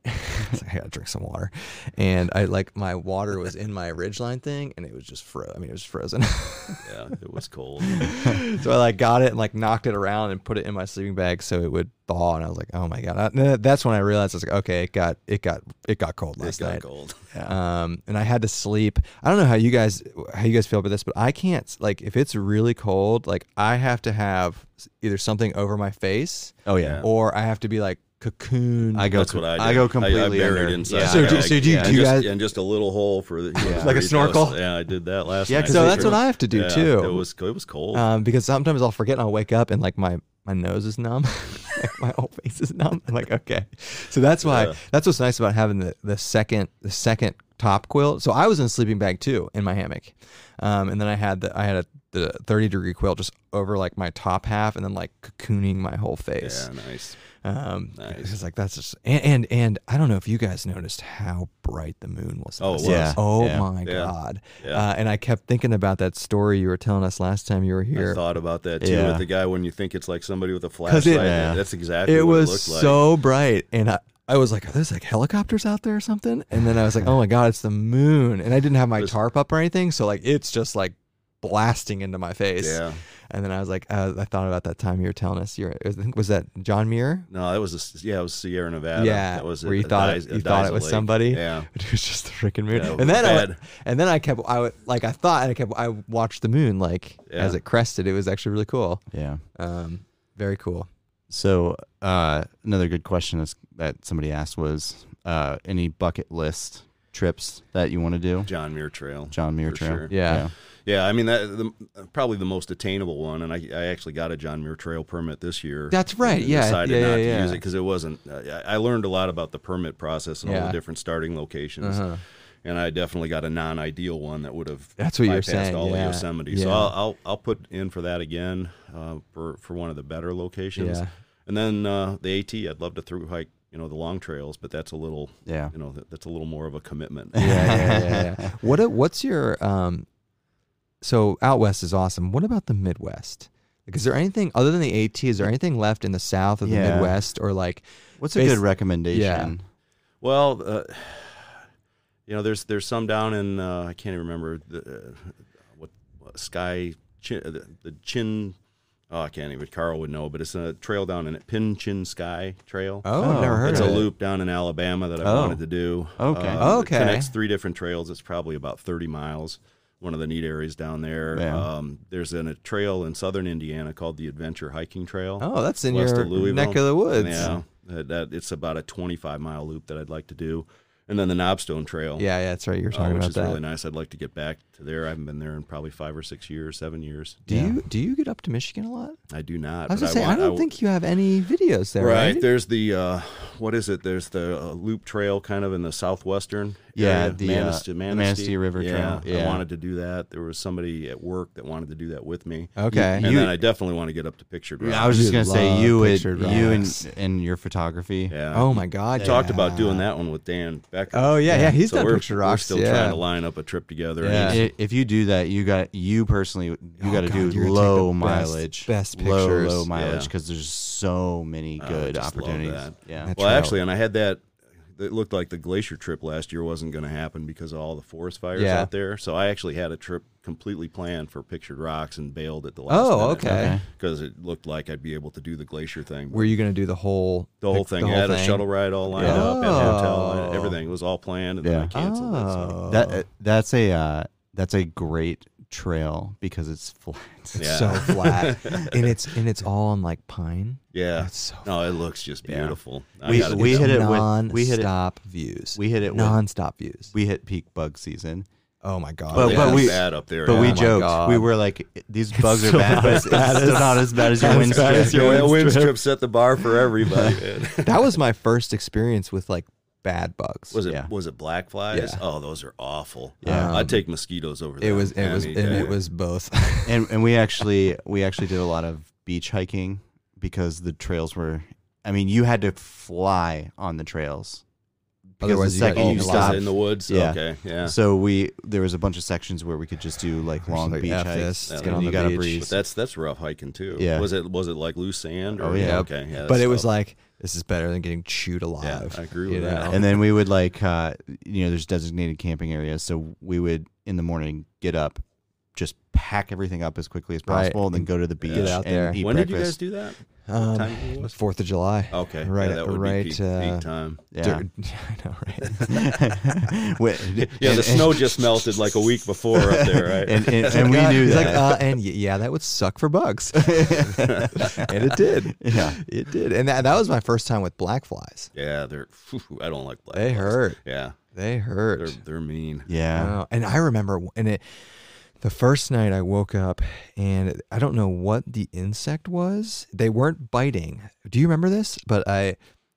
I was like, I gotta drink some water, and I like my water was in my ridgeline thing, and it was just fro. I mean, it was frozen.
yeah, it was cold.
so I like got it and like knocked it around and put it in my sleeping bag so it would thaw. And I was like, oh my god. I- th- that's when I realized I was like, okay, it got it got it got cold
it
last
got
night.
cold.
Um, and I had to sleep. I don't know how you guys how you guys feel about this, but I can't like if it's really cold, like I have to have either something over my face
Oh yeah.
or I have to be like cocoon.
I go.
That's what I
I
do.
go completely
I, I buried
under.
inside.
Yeah.
the
So do-
bag.
so do you-
Yeah,
do
and
you
just,
guys-
and just a little hole for the
Yeah.
Like a
burritos.
snorkel?
Yeah, I did that last
Yeah,
night.
'cause So
that's what I have to do,
Yeah,
too.
It was it was cold.
um, because sometimes I'll forget and I'll wake up and like my my nose is numb, like my whole face is numb. I'm like okay, so that's why
Yeah.
that's what's nice about having the the second the second top quilt. So I was in a sleeping bag too in my hammock, um, and then I had the I had a the 30 degree quilt just over like my top half and then like cocooning my whole face.
yeah, nice.
Um,
Nice.
It's like that's just and, and and I don't know if you guys noticed how bright the moon was.
Oh, it
last
was.
night.
Yeah.
Oh
Yeah.
my
Yeah.
god!
Yeah.
Uh, and I kept thinking about that story you were telling us last time you were
I
here.
thought about that too
Yeah.
with the guy when you think it's like somebody with a flashlight.
'Cause it-
Yeah.
That's exactly
It
what
was
it looked like.
so bright, and I, I was like, "Are there's like helicopters out there or something?" And then I was like, "Oh my god, it's the moon!" And I didn't have my
Just-
tarp up or anything, so like it's just like blasting into my face.
Yeah.
And then I was like, uh, I thought about that time you were telling us. You were, I think was that John Muir?
No, that was a s yeah, it was Sierra Nevada.
Yeah,
that was
where
it,
you
a
thought
Diz-
it,
a
you thought it
Diza
was
Lake.
somebody.
Yeah.
It was just the freaking moon.
Yeah, it
and then
bad.
I and then I kept I would- like I thought and I kept I watched the moon like as
Yeah.
it crested. It was actually really cool.
Yeah.
Um, very cool.
So uh, another good question is, that somebody asked was uh, any bucket list trips that you want to do?
John Muir Trail.
John Muir
For
Trail.
sure.
Yeah.
Yeah, I mean that the, probably the most attainable one, and I, I actually got a John Muir Trail permit this year.
That's right,
and
yeah,
decided
yeah, yeah,
not to use
yeah.
it because it wasn't. uh, I, I learned a lot about the permit process and all
Yeah.
the different starting locations,
Uh-huh.
and I definitely got a non-ideal one that would have
That's what you were
bypassed
saying,
all of
yeah,
Yosemite. So
yeah.
I'll, I'll I'll put in for that again uh, for for one of the better locations,
Yeah.
and then uh, the AT. I'd love to through hike you know the long trails, but that's a little
Yeah.
you know that, that's a little more of a commitment.
yeah, yeah, yeah, yeah. What a- what's your um? So out west is awesome. What about the Midwest? Like, is there anything other than the AT? Is there anything left in the South or the
Yeah.
Midwest or like?
What's a
Bas-
good recommendation?
Well, uh, you know, there's there's some down in uh, I can't even remember the, uh, what, what sky chin, uh, the, the chin. Oh, I can't even. Carl would know, but it's a trail down in it, Pin Chin Sky Trail.
Oh, I've
Oh,
never heard
It's
of
a
it.
loop down in Alabama that I
Oh.
wanted to do.
Okay.
Uh,
Okay.
It connects three different trails. It's probably about 30 miles. One of the neat areas down there.
Yeah.
Um, there's an, a trail in southern Indiana called the Adventure Hiking Trail
Oh, that's in
west
your
of Louisville.
neck of the woods.
Yeah, that, that- it's about a 25 mile loop that I'd like to do, and then the Knobstone Trail.
yeah, yeah, that's right. You were
uh,
talking
which
about
is
that.
really nice. I'd like to get back to there. I haven't been there in probably five or six years, seven years.
Do
Yeah.
you do you get up to Michigan a lot?
I do not.
I was
but
gonna say I
want-
don't
w-
think you have any videos there,
Right,
right?
there's the uh, what is it? There's the uh, loop trail kind of in the southwestern.
Yeah,
area,
the, uh,
Manistee,
the
Manistee.
Manistee River
Yeah,
Trail, yeah.
I wanted to do that. There was somebody at work that wanted to do that with me.
Okay.
and
You-
then I definitely want to get up to Pictured Rock.
I was just gonna
You'd
say
love
you would
pictured
you
rocks.
and and your photography.
yeah.
oh my God!
I uh, talked about doing that one with Dan Becker.
Oh yeah, yeah. He's
So
done
we're,
picture
we're
rocks.
still
yeah.
trying to line up a trip together.
I
Yeah.
Yeah.
mean, i- If you do that, you got you personally you
Oh,
got to
God,
do
you're gonna take the
low
best-
mileage,
best
low low
pictures.
mileage
Yeah. Oh,
because there's so many
I
good
just love
opportunities.
that.
Yeah,
That's
Well,
right.
actually, and I had that. It looked like the glacier trip last year wasn't going to happen because of all the forest fires
Yeah.
out there. So I actually had a trip completely planned for Pictured Rocks and bailed at the last.
Oh, okay.
Because it looked like I'd be able to do the glacier thing. but
Were you gonna do the whole
the whole thing. I had a shuttle ride all lined up, and hotel,
Oh.
and everything. It was all planned, and then I
Yeah.
canceled it. So.
that uh, that's a uh, that's a great trail because it's flat.
Yeah.
so flat, and it's and it's all on like pine.
Yeah.
That's so
No, it looks just
Yeah.
beautiful. I
We-
gotta do
we
that.
hit it
non-stop
with- we hit it-
views.
we hit it with-
non-stop views.
We hit peak bug season,
oh my god!
But-
Yeah,
but
it's
we-
bad up there.
but we
my
yeah.
joked. We
God.
were like, "These bugs are bad,
not
but
as
it's, it's still not as bad as your
as
wind
bad as
strip."
your
Yeah,
wind
wind
strip.
strip set the bar for everybody. man.
that was my first experience with like bad bugs.
Was it
Yeah.
was it black flies?
Yeah. Um,
Oh, those are awful.
Yeah.
I take mosquitoes over.
it
them.
was it
I
was
mean,
and
yeah.
it was both.
and and we actually we actually did a lot of beach hiking because the trails were I mean, you had to fly on the trails. Because
Otherwise,
the
you got
second
Oh,
you
because
stop,
in the woods.
Yeah.
Okay, yeah.
so we there was a bunch of sections where we could just do like
We're just
long
like,
beach
"F
hikes.
this, let's
and
get on
you
the
gotta
beach."
breathe.
But that's that's rough hiking too.
Yeah.
Was it was it like loose sand? Or,
Oh, yeah.
Okay. Yeah.
but
that's
it was
tough.
like this is better than getting chewed alive.
I agree
you
with that. Um,
know?
and then we would like uh, you know there's designated camping areas so we would in the morning get up just pack everything up as quickly as
Right,
possible and then go to the beach
get
out
and
there.
eat
when did you guys
breakfast
do that? time it
Um,
was?
Fourth of July.
Okay.
Right,
Yeah, that would
right,
be peak,
uh,
peak time.
yeah,
Dur- I know, right?
Wait,
Yeah,
and-
the snow just melted like a week before up there, right?
and, and, and we
Yeah,
knew
he's
that
Like, uh, and y- yeah, that would suck for bugs. and it did.
yeah
It did. And that, that was my first time with black flies.
yeah, they're. I don't like black.
They
flies.
hurt.
Yeah,
They
they're
hurt.
they're mean.
yeah
Wow. And I remember, w- and it, the first night I woke up, and I don't know what the insect was. They weren't biting. Do you remember this? But I,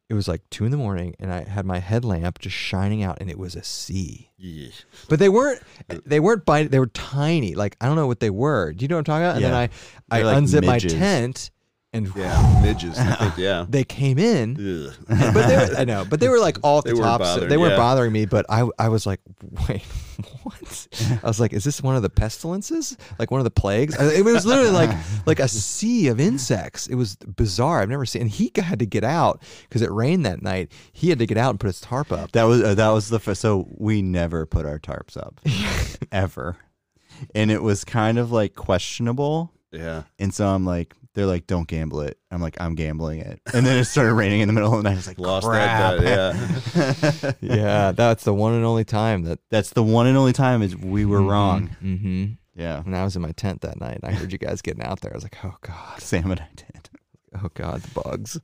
it was like two in the morning, and I had my headlamp just shining out, and it was a sea.
Yeah.
But they weren't. They weren't biting. They were tiny. Like I don't know what they were. Do you know what I'm talking about? And
Yeah.
then I, I
They're like
unzipped
midges.
my tent, and
Yeah, midges. I think, yeah.
they came in.
Ugh.
but they were, I know, but they were like all at
They
the
weren't
top. so
bothered,
they weren't
yeah.
bothering me, but I, I was like, wait, what? I was like, is this one of the pestilences? Like one of the plagues? I- It was literally like like a sea of insects. It was bizarre. I've never seen. And he had to get out because it rained that night. He had to get out and put his tarp up.
that was uh, that was the first so we never put our tarps up ever and it was kind of like questionable
Yeah.
And so I'm like, they're like, don't gamble it. I'm like, I'm gambling it. And then it started raining in the middle of the night. I was like,
Lost
crap.
that bet. Yeah.
yeah, that's the one and only time that.
That's the one and only time is we were wrong.
Mm-hmm.
Yeah.
And I was in my tent that night. And I heard you guys getting out there. I was like, oh god,
Sam and I did.
oh god, the bugs.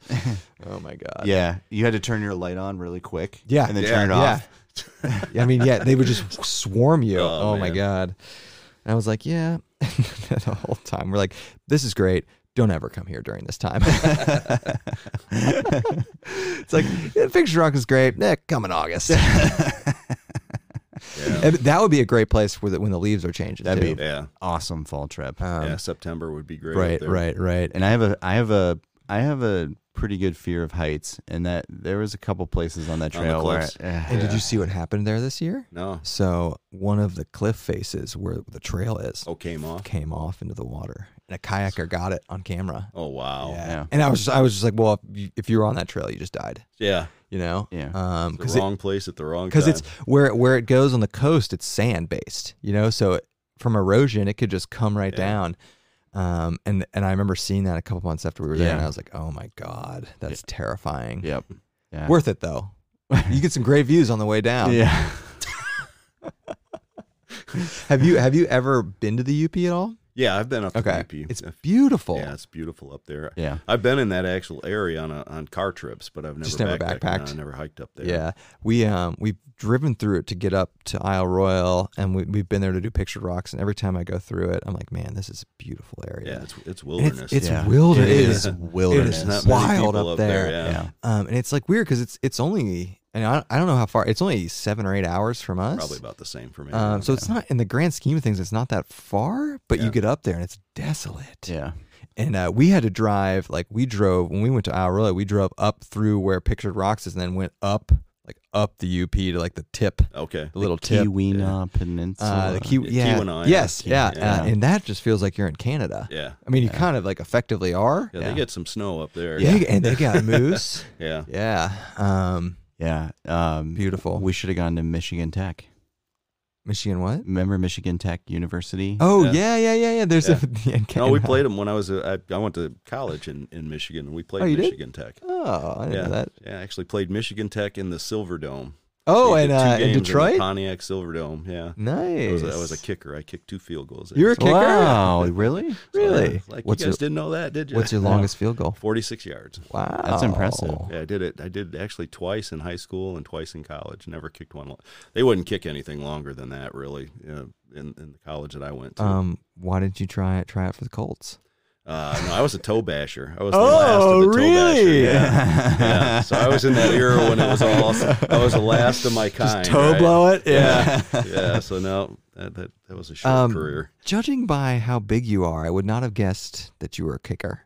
Oh my god.
Yeah. You had to turn your light on really quick.
Yeah.
And then
Uh, Yeah.
turn it off.
Yeah. I mean, yeah, they would just swarm you.
Oh,
Oh, my
man.
god. And I was like, yeah. the whole time we're like, this is great. Don't ever come here during this time. it's like yeah, Picture Rock is great. Eh, come in August.
Yeah.
And that would be a great place for the, when the leaves are changing.
That'd
too.
be-
Yeah.
Awesome fall trip.
Um,
yeah. September would be great. up
right,
there.
right, right.
and I have a, I have a, I have a pretty good fear of heights. And that there was a couple places on that
On the
trail where,
cliffs.
I, eh,
And did you see what happened there this year?
No.
So one of the cliff faces where the trail is
Oh, came off.
came off into the water, and a kayaker got it on camera.
Oh wow. Yeah.
Yeah.
And I was just, I was just like, well, if you, if you were on that trail, you just died, you know?
Yeah.
Um,
The
because it,
wrong place at the wrong time.
cause it's where it, where it goes on the coast, it's sand based, you know? So it, from erosion, it could just come right
Yeah.
down. Um, and, and I remember seeing that a couple months after we were there and
Yeah.
I was like, oh my God, that's terrifying.
yep. Yeah.
Worth it though. You get some great views on the way down.
yeah.
Have you, have you ever been to the UP at all?
yeah, I've been up to
Okay.
Leapy.
It's beautiful.
yeah, it's beautiful up there.
Yeah.
I've been in that actual area on a, on car trips, but I've never
Just never
backpacked.
backpacked?
No, I never hiked up there.
Yeah, we um we've driven through it to get up to Isle Royal, and we we've been there to do pictured rocks. And every time I go through it, I'm like, man, this is a beautiful area.
yeah, it's it's
And it's
wilderness.
it's
Yeah.
wilderness.
It is
There's
wilderness.
not many
wild
people
up there.
yeah.
Um, and it's like weird because it's it's only and I, I don't know how far it's only seven or eight hours from us.
Probably about the same for me.
Um, so it's not in the grand scheme of things, it's not that far. But
Yeah.
you get up there and it's desolate.
Yeah.
And uh, we had to drive like we drove when we went to Isle Royal, we drove up through where Pictured Rocks is, and then went up like up the UP to like the tip,
okay.
the little tip.
Kiwina Peninsula.
Uh, the Kiwi,
yeah,
yeah,
Keweenaw, yeah,
yes, yeah,
yeah.
Uh, and that just feels like you're in Canada.
Yeah.
I mean, you kind of like effectively are.
yeah, They get some snow up there.
They- and they got moose.
yeah.
yeah, um,
Yeah. Um,
beautiful.
We should have gone to Michigan Tech.
Michigan, what?
Remember Michigan Tech University?
Oh
Yeah.
yeah, yeah, yeah, yeah. There's
Yeah.
a yeah, in
No, we
Canada.
played them when I was a, I, I went to college in, in Michigan. and We played
Oh, you did?
Michigan Tech.
Oh, I didn't
Yeah,
know that.
yeah. I Actually, played Michigan Tech in the Silver Dome.
Oh,
We
and
did
uh,
two
in
games the
Detroit.
Pontiac Silver Dome. Yeah,
nice.
I was, a, I was a kicker. I kicked two field goals.
You're a
actually.
kicker.
Wow. Really?
So,
really?
yeah, Like
What's
you guys
your-
didn't know that, did you?
What's your longest field goal?
Forty-six yards.
Wow,
impressive.
Yeah, I did it. I did actually twice in high school and twice in college. Never kicked one. lo- They wouldn't kick anything longer than that, really, uh, in in the college that I went to.
Um, why did you try it? Try out for the Colts?
Uh, no, I was a toe basher. I was the last of the
Oh,
toe basher.
really?
Yeah. yeah. So I was in that era when it was all. I was the last of my kind. right?
it.
Yeah. yeah. So no, that, that that was a short
Um,
career.
Judging by how big you are, I would not have guessed that you were a kicker.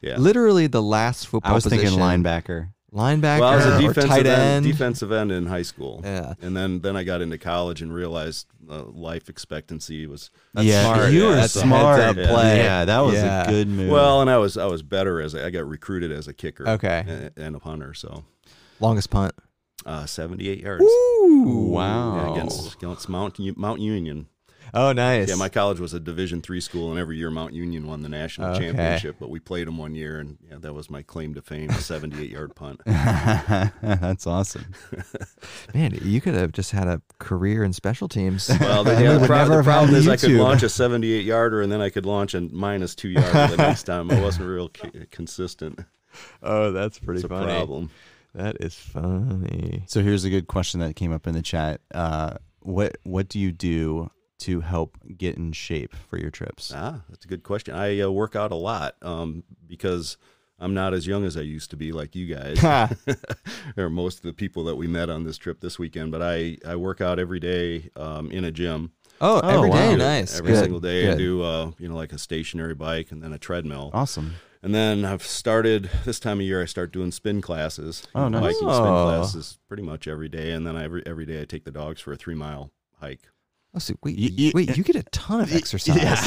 Yeah.
Literally the last football
I was
position,
thinking linebacker.
linebacker,
Well, I was a
or tight
defensive end,
end.
defensive end in high school.
Yeah.
And then, then I got into college and realized uh, life expectancy was
yeah,
smart.
you
Yeah,
were
that's a
smart
heads up
play.
play.
Yeah, that was
Yeah.
a good move.
Well, and I was I was better as a, I got recruited as a kicker.
Okay.
And, and a punter, so
Longest punt.
uh, seventy-eight yards. Yeah,
wow.
against against Mount U- Mount Union.
Oh, nice.
Yeah, my college was a Division three school, and every year Mount Union won the national
Okay.
championship. But we played them one year, and yeah, that was my claim to fame: a seventy-eight yard punt.
That's awesome.
Man, you could have just had a career in special teams.
Well, the,
And
yeah,
we
the
would
pro-
never
the
have had
problem is I could
YouTube.
launch a 78 yarder and then I could launch a minus two yarder the next time. I wasn't real c- consistent.
Oh, that's pretty
It's a problem.
That is funny.
So here's a good question that came up in the chat. Uh, what what do you do to help get in shape for your trips?
Ah, that's a good question. I uh, work out a lot um, because I'm not as young as I used to be, like you guys. or most of the people that we met on this trip this weekend, but I, I work out every day um, in a gym.
Oh,
Oh,
every day,
wow.
nice.
Every
Good,
single day I
good.
do, uh, you know, like a stationary bike and then a treadmill.
Awesome.
And then I've started this time of year. I start doing spin classes.
Oh, nice.
Hiking spin
Oh.
classes pretty much every day. And then I, every every day I take the dogs for a three mile hike.
Oh, so wait,
Y- y-
wait, you get a ton of exercise.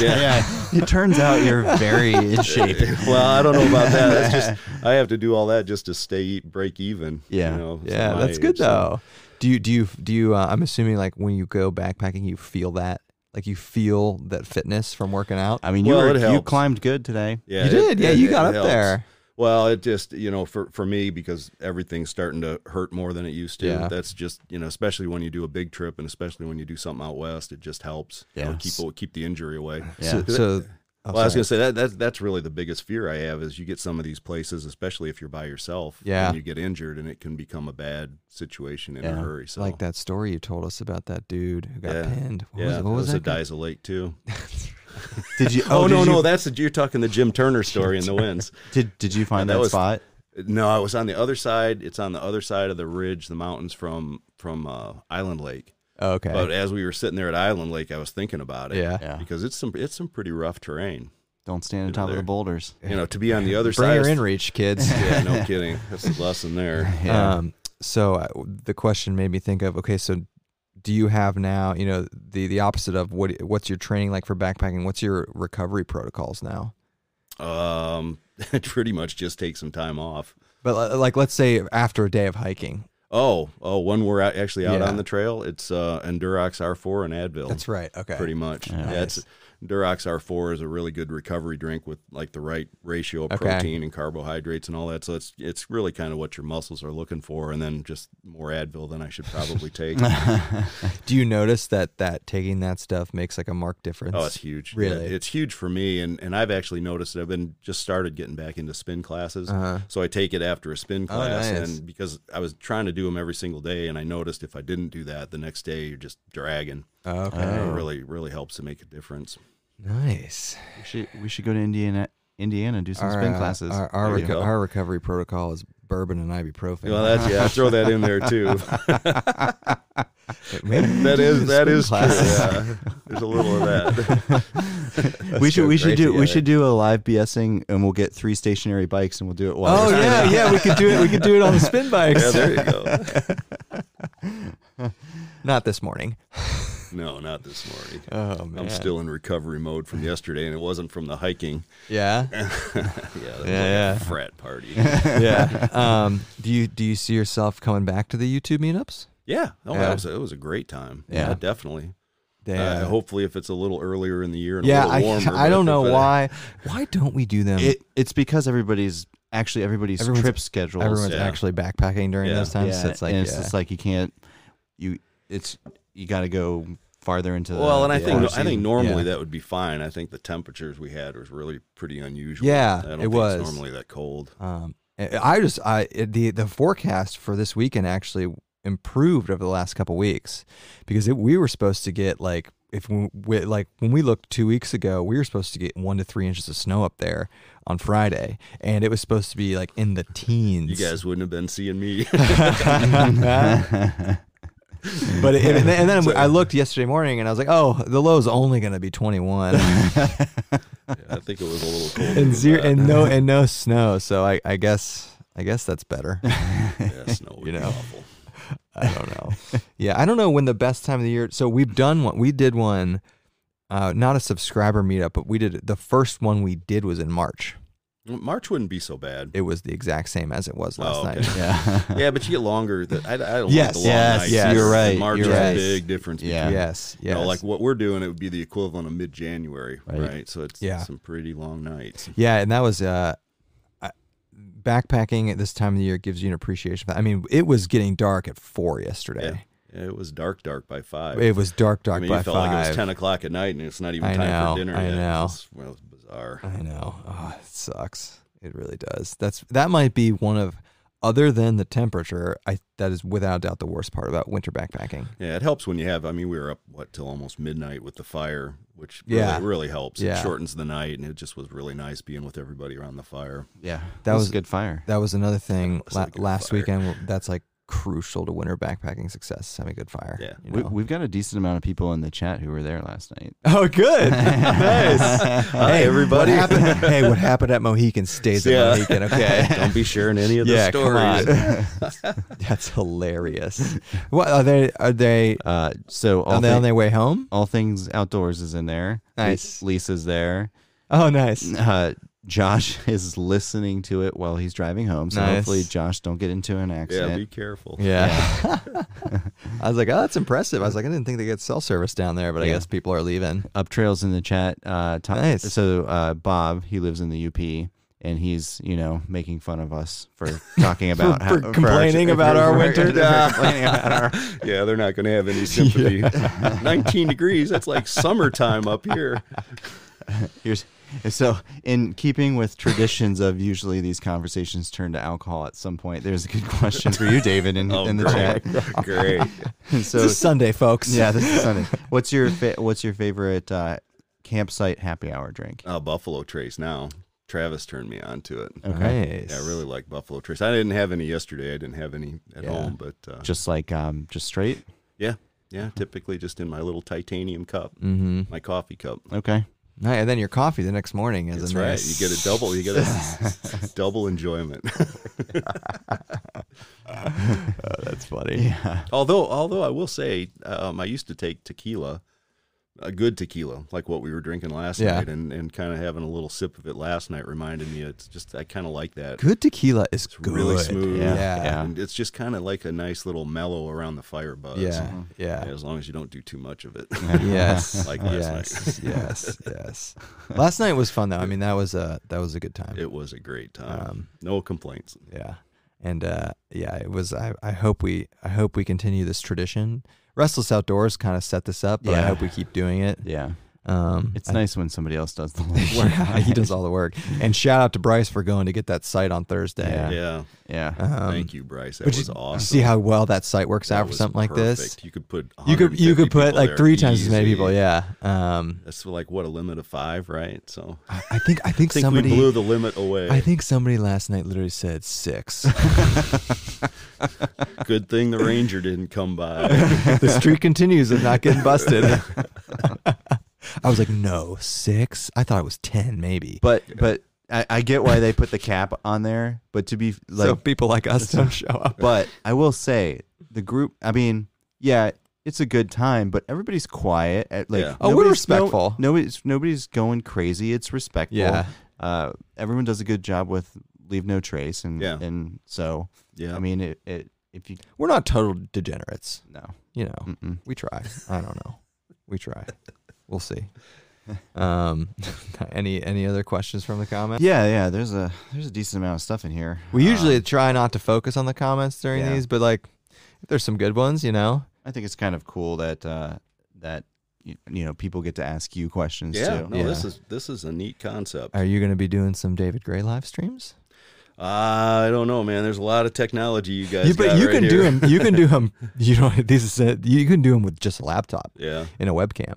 Yeah. It turns out you're very in shape.
well, I don't know about that. That's just I have to do all that just to stay break even.
Yeah.
you know, it's
Yeah,
my
that's good
age, so-
though. Do you do you do you? Uh, I'm assuming like when you go backpacking, you feel that like you feel that fitness from working out.
I mean, you
Well,
were,
it
you
helps.
climbed good today.
Yeah,
You
it-
did. Yeah,
it-
you
it
got up
helps.
there.
Well, it just you know for for me because everything's starting to hurt more than it used to.
Yeah.
That's just you know especially when you do a big trip and especially when you do something out west, it just helps. You know,
Yes.
keep keep the injury away.
Yeah.
So, so oh,
well, I was
sorry.
gonna say that that's that's really the biggest fear I have is you get some of these places, especially if you're by yourself,
Yeah.
and you get injured, and it can become a bad situation in a
Yeah.
hurry. So
like that story you told us about that dude who got
Oh. Yeah.
pinned. What was
yeah,
it? What was
that
that?
was a Diza Lake too.
Did you?
Oh,
did
no,
you-
no, that's the, you're talking the Jim Turner story in the winds.
Did did you find
That
that,
was-
spot?
No, I was on the other side. It's on the other side of the ridge, the mountains from from uh, Island Lake.
guy? Oh, okay.
But as we were sitting there at Island Lake, I was thinking about it.
yeah.
Yeah.
because it's some it's some pretty rough terrain.
Don't stand on
Over
top of the
there.
boulders.
You know, to be on the other
Bring
side.
her in reach, kids.
yeah, no kidding. That's the lesson there.
Yeah.
Um, so I, the question made me think of okay, so do you have now, you know, the the opposite of what what's your training like for backpacking? What's your recovery protocols now?
Um, pretty much just take some time off.
But li- like, let's say after a day of hiking.
Oh, oh, when we're out, actually out
Yeah.
on the trail, it's uh, Endurox R4 and Advil.
That's right. Okay.
Oh, pretty much. Yeah, it's, Endurox R4 is a really good recovery drink with like the right ratio of
Okay.
protein and carbohydrates and all that. So it's it's really kind of what your muscles are looking for, and then just more Advil than I should probably take.
Do you notice that that taking that stuff makes like a marked difference?
Oh, it's huge.
Really?
Yeah, it's huge for me, and and I've actually noticed. It. I've been just started getting back into spin classes,
Uh-huh. Oh,
so I take it after a spin class,
nice.
and because I was trying to do them every single day, and I noticed if I didn't do that, the next day you're just dragging.
Oh, Okay.
And It really, really helps to make a difference.
Nice.
we, should, we should go to Indiana, Indiana, and do some spin
uh,
classes.
Our our,
There you
reco-
go.
our recovery protocol is bourbon and ibuprofen.
Well, that's yeah. I throw that in there too.
Maybe we
That
do
is
the
that
spin
is true.
class.
Yeah. There's a little of that.
we should
go
we should
great
do we
together.
should do a live BSing, and we'll get three stationary bikes, and we'll do it while.
Oh
we're-
yeah, yeah. We could do it. We could do it on the spin bikes.
Yeah, there you go.
Not this morning.
No, not this morning.
Oh man.
I'm still in recovery mode from yesterday, and it wasn't from the hiking.
Yeah.
Yeah, that was
Yeah,
like
yeah.
a frat party.
yeah. Um, do you do you see yourself coming back to the YouTube meetups?
yeah, oh,
Yeah.
that was a, it was a great time.
Yeah.
Yeah, definitely.
Damn.
Uh, hopefully, if it's a little earlier in the year and
yeah,
a
I,
little warmer.
I
but
don't know
if it-
why. Why don't we do them?
It, Um, it's because everybody's actually everybody's
Everyone's-
trip schedules.
Everyone's
yeah.
actually backpacking during
Yeah.
those times. so it's like,
and it's
yeah.
just like you can't you it's you got to go farther into the
Well, and I
the
think
warm
I think
season.
normally
Yeah.
that would be fine. I think the temperatures we had was really pretty unusual.
Yeah,
I don't
it
think
was.
it's normally that cold.
um, I- I just I it- the the forecast for this weekend actually improved over the last couple weeks because it, we were supposed to get like if we, we like when we looked two weeks ago we were supposed to get one to three inches of snow up there on Friday and it was supposed to be like in the teens.
You guys wouldn't have been seeing me.
But it, and then and then I looked yesterday morning and I was like, oh, the low's only going to be 21.
I think it was a little cold.
and zero and no and no snow. So I, I guess I guess that's better.
yeah, snow would
you
be
know.
awful.
I don't know. yeah, I don't know when the best time of the year. So we've done one. We did one, uh, not a subscriber meetup, but we did the first one we did was in March.
March wouldn't be so bad.
It was the exact same as it was last
Oh, okay.
night.
yeah.
Yeah, but you get longer. The, I, I don't
Yes,
like the long
yes,
nights.
yes, you're
right,
In March
you're
is
right.
a big difference.
Yeah.
between-
Yes, yes.
You know, like what we're doing, it would be the equivalent of mid-January,
Right.
right? So it's
Yeah.
some pretty long nights.
yeah, and that was uh, I- backpacking at this time of the year gives you an appreciation. For that. I mean, it was getting dark at four yesterday.
Yeah, it was dark, dark by five.
It was dark, dark
I mean,
by
you felt
five.
like it was ten o'clock at night, and it's not even
I
time
know,
for dinner.
I
yet.
know.
It's, well, it's bizarre.
I know. Oh, it sucks. It really does. That's that might be one of other than the temperature, I that is without doubt the worst part about winter backpacking.
Yeah, it helps when you have. I mean, we were up what till almost midnight with the fire, which really,
Yeah.
really helps.
Yeah.
It shortens the night, and it just was really nice being with everybody around the fire.
yeah.
That
It
was-
a good fire.
That was another thing
Must
la-
have a good
last
fire.
weekend that's like crucial to winter backpacking success, having a good fire.
Yeah.
you
We,
know?
we've got a decent amount of people in the chat who were there last night.
oh good. nice.
Hi, everybody.
What happened, hey, what happened at Mohican stays at
Yeah.
Mohican, okay.
Don't be sharing any of the
Yeah, come
stories.
That's hilarious. What are they are they
Uh, so all,
are they
thi-
on their way home?
all things outdoors is in there. Li-
Nice.
Lisa's there.
Oh nice.
Uh, Josh is listening to it while he's driving home. So
Nice.
hopefully, Josh don't get into an
Yeah,
accident.
be careful.
Yeah. I was like, oh, that's impressive. I was like, I didn't think they get cell service down there, but I
Yeah.
guess people are leaving.
Up trails in the chat. Uh, Tom,
Nice.
So uh, Bob, he lives in the UP, and he's you know making fun of us for talking about
for complaining about our
for
winter.
complaining about our
Yeah, they're not going to have any sympathy. 19 degrees. That's like summertime up here.
Here's, so, in keeping with traditions of usually these conversations turn to alcohol at some point, there's a good question for you, David, in, in the
Oh, great.
chat.
great.
And so,
Oh, this is Sunday, folks.
yeah, this is Sunday. What's your fa- What's your favorite uh, campsite happy hour drink?
Uh, Buffalo Trace now. Travis turned me on to it.
Nice.
Yeah, I really like Buffalo Trace. I didn't have any yesterday. I didn't have any at
Yeah.
home, but uh,
Just like, um, just straight.
yeah, yeah, typically just in my little titanium cup,
Mm-hmm.
my coffee cup.
Okay.
And then your coffee the next morning is
That's
a
right. You
nice-
get a double. You get a double enjoyment.
Oh, that's funny.
Yeah.
although, although I will say, um, I used to take tequila, a good tequila, like what we were drinking last
Yeah.
night, and, and kind of having a little sip of it last night reminded me. It's just I kind of like that.
Good tequila is
It's
good.
really smooth.
Yeah.
Yeah.
Yeah.
And it's just kind of like a nice little mellow around the fire buzz.
Yeah.
Yeah, as long as you don't do too much of it.
Yes.
Like
yes.
last
yes. Yes. Last night was fun though. I mean, that was a that was a good time.
it was a great time.
Um,
no complaints.
Yeah. And uh, yeah, it was. I, I hope we I hope we continue this tradition. Restless Outdoors kind of set this up, but I
Yeah.
hope we keep doing it.
Yeah.
Um,
It's
I-
nice when somebody else does the work.
Yeah, he does all the work. And shout out to Bryce for going to get that site on Thursday.
Yeah. Yeah.
Yeah.
Um,
Thank you, Bryce. That
but
was
you- you
awesome.
See how well that site works
That
out for
was
something like this.
perfect. You could put
You could you could
150
put
people
like
there
three times as many
easy.
people. Yeah. Um,
That's like what a limit of five, right? So I
I I think I think,
think
somebody
we blew the limit away.
I think somebody last night literally said six.
Good thing the ranger didn't come by.
the streak continues of not getting busted. I was like, no, six. I thought it was ten, maybe.
But but I, I get why they put the cap on there. But to be like,
so people like us don't show up.
But I will say the group. I mean, yeah, it's a good time, but everybody's quiet. At, like,
Yeah.
Oh, we're
nobody's- no-
respectful.
nobody's nobody's going crazy. It's respectful.
Yeah.
Uh, everyone does a good job with leave no trace, and
Yeah.
and so
Yeah.
I mean, it, it if you
We're not total degenerates,
no,
you know.
mm-mm.
We try. I don't know. We try. We'll see. Um, any any other questions from the comments?
yeah, yeah. There's a there's a decent amount of stuff in here.
We usually
Um,
try not to focus on the comments during
yeah.
these, but like, if there's some good ones, you know.
I think it's kind of cool that uh, that you, you know people get to ask you questions
yeah.
too.
No, this
Yeah.
is this is a neat concept.
Are you going to be doing some David Gray live streams?
I don't know, man. There's a lot of technology you guys.
You, but
got
you
right
can do
here.
them. You can do them. You know, these is you can do them with just a laptop
Yeah.
and a webcam.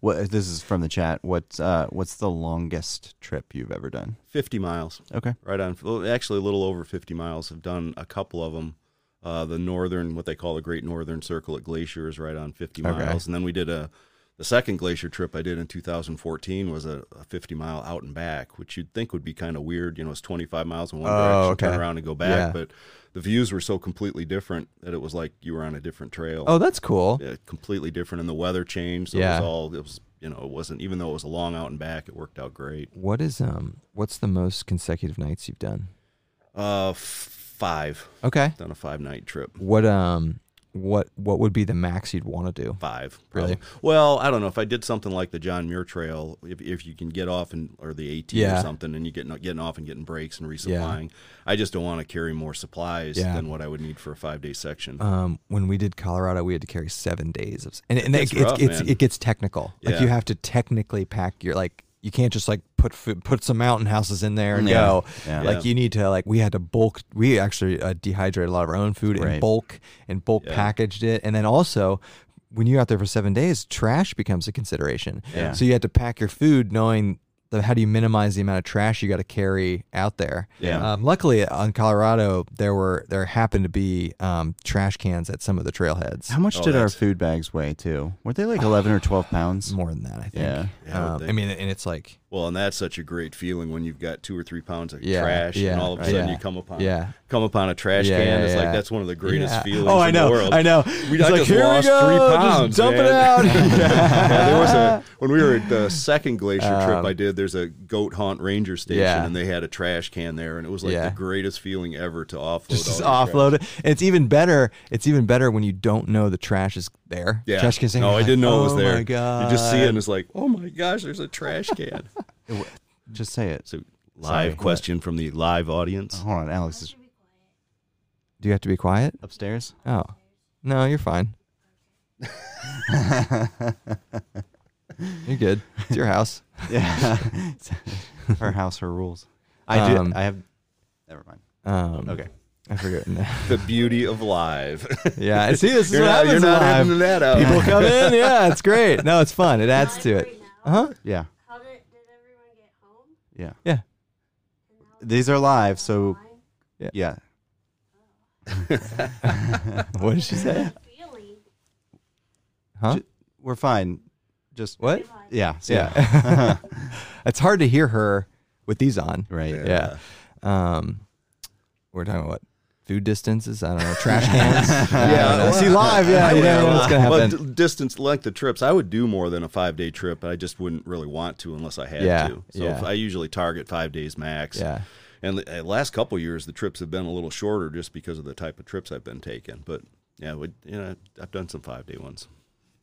What this is from the chat. What's uh what's the longest trip you've ever done?
50 miles.
Okay.
Right on. well, Actually, a little over 50 miles. I've done a couple of them. Uh, the northern, what they call the Great Northern Circle at Glacier is right on 50
Okay.
miles. And then we did a The second glacier trip I did in 2014 was a, a 50 mile out and back, which you'd think would be kind of weird. You know, it's 25 miles in one
Oh,
direction,
okay.
turn around and go back.
Yeah.
But the views were so completely different that it was like you were on a different trail.
Oh, that's cool.
Yeah, completely different, and the weather changed. So
Yeah.
it was all it was. You know, it wasn't even though it was a long out and back, it worked out great.
What is um? What's the most consecutive nights you've done?
Uh, f- five
Okay.
done a five night trip.
What um? What what would be the max you'd want to do?
Five,
Really?
probably. Well, I don't know if I did something like the John Muir Trail. If, if you can get off and or the AT
Yeah.
or something, and you get getting off and getting breaks and resupplying, I just don't want to carry more supplies
Yeah.
than what I would need for a five day section.
um, when we did Colorado, we had to carry seven days of, and, and it,
It's
it's,
rough,
it's,
man.
it gets technical. Like
Yeah.
you have to technically pack your like you can't just like put food, put some mountain houses in there and
Yeah.
go.
Yeah.
Like
Yeah.
you need to like we had to bulk. We actually uh, dehydrated a lot of our own food in
Right.
bulk and bulk
Yeah.
packaged it, and then also. When you're out there for seven days, trash becomes a consideration.
Yeah.
So you had to pack your food, knowing the, how do you minimize the amount of trash you got to carry out there.
Yeah.
Um, luckily, on Colorado, there were there happened to be um, trash cans at some of the trailheads.
How much
Oh,
did our
that's-
food bags weigh too? Were they like eleven or twelve pounds?
More than that, I think.
Yeah.
Yeah, I would
Um, I
think.
mean, and it's like,
well, and that's such a great feeling when you've got two or three pounds of
Yeah,
trash,
yeah,
and all of a
right.
sudden
Yeah,
you come upon
yeah.
come upon a trash
Yeah,
can.
yeah,
it's
yeah.
like that's one of the greatest
Yeah.
feelings.
Oh, I
in
know,
The world.
I know.
We
It's
I
like,
just
"Here we
lost
go,
three
just
pounds.
dump it
man."
out.
yeah. there was a when we were at the second glacier trip
Um,
I did. There's a goat haunt ranger station,
Yeah.
and they had a trash can there, and it was like
Yeah.
the greatest feeling ever to offload.
just, just
all your trash.
offload it. And it's even better. It's even better when you don't know the trash is there.
Yeah.
Trash cans.
no, I didn't know it was there.
Oh my god.
You just see it, and it's like, oh my gosh, there's a trash can.
Just say it.
so live
Sorry, what?
question from the live audience.
Hold on, Alex is
Do you have to be quiet?
upstairs.
Oh, no, you're fine. you're good. It's your house.
Yeah, her house, her rules. I do.
Um,
I have. Never mind.
Um,
Okay.
I forget.
The beauty of live.
yeah. See, Oh. this is
you're
what
not, you're
happens
not
live.
editing that uh, out.
People come in. Yeah, it's great. No, it's fun. It adds to it. Uh huh.
Yeah,
How did, did everyone get home?
yeah.
Yeah.
These are live, so yeah.
What did she say?
Feeling.
Huh?
Ju- We're fine. Just
What?
yeah, so yeah.
Yeah. it's hard to hear her with these on.
Right. Yeah.
Yeah. Um, we're talking about what? Food distances? I don't know. Trash cans? I don't know.
well,
See, live. Yeah.
I
You
would-
never know what's going to
but
happen.
d- distance length of trips, I would do more than a five day trip, but I just wouldn't really want to unless I had
Yeah,
to. So
yeah.
if I usually target five days max.
Yeah.
And the uh, last couple years, the trips have been a little shorter just because of the type of trips I've been taking. But yeah, I would, you know, I've done some five day ones.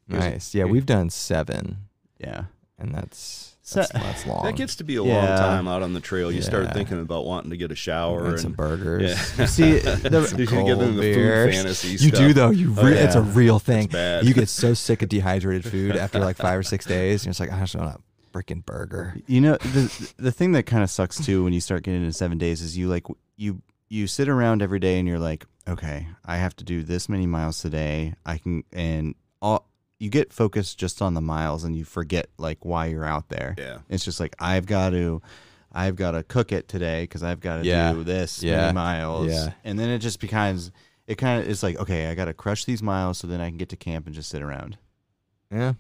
Nice. Yeah. We've done seven,
yeah.
and that's.
So-
That's, that's long.
That gets to be a
Yeah.
long time out on the trail. You
Yeah.
start thinking about wanting to get a shower
and
and,
some burgers.
Yeah.
See, the,
You can get
cold
into the
beers.
food fantasy
You
stuff.
do though. You
Oh,
re- it's a
yeah.
real thing.
bad.
You get so sick of dehydrated food after like five or six days, and it's like I just want a freaking burger.
you know the the thing that kind of sucks too when you start getting into seven days is you like you you sit around every day and you're like okay i have to do this many miles today i can and all you get focused just on the miles and you forget like why you're out there
Yeah.
it's just like i've got to i've got to cook it today because i've got to
Yeah.
do this
Yeah.
many miles
Yeah.
and then it just becomes it kind of it's like okay i got to crush these miles so then i can get to camp and just sit around
Yeah.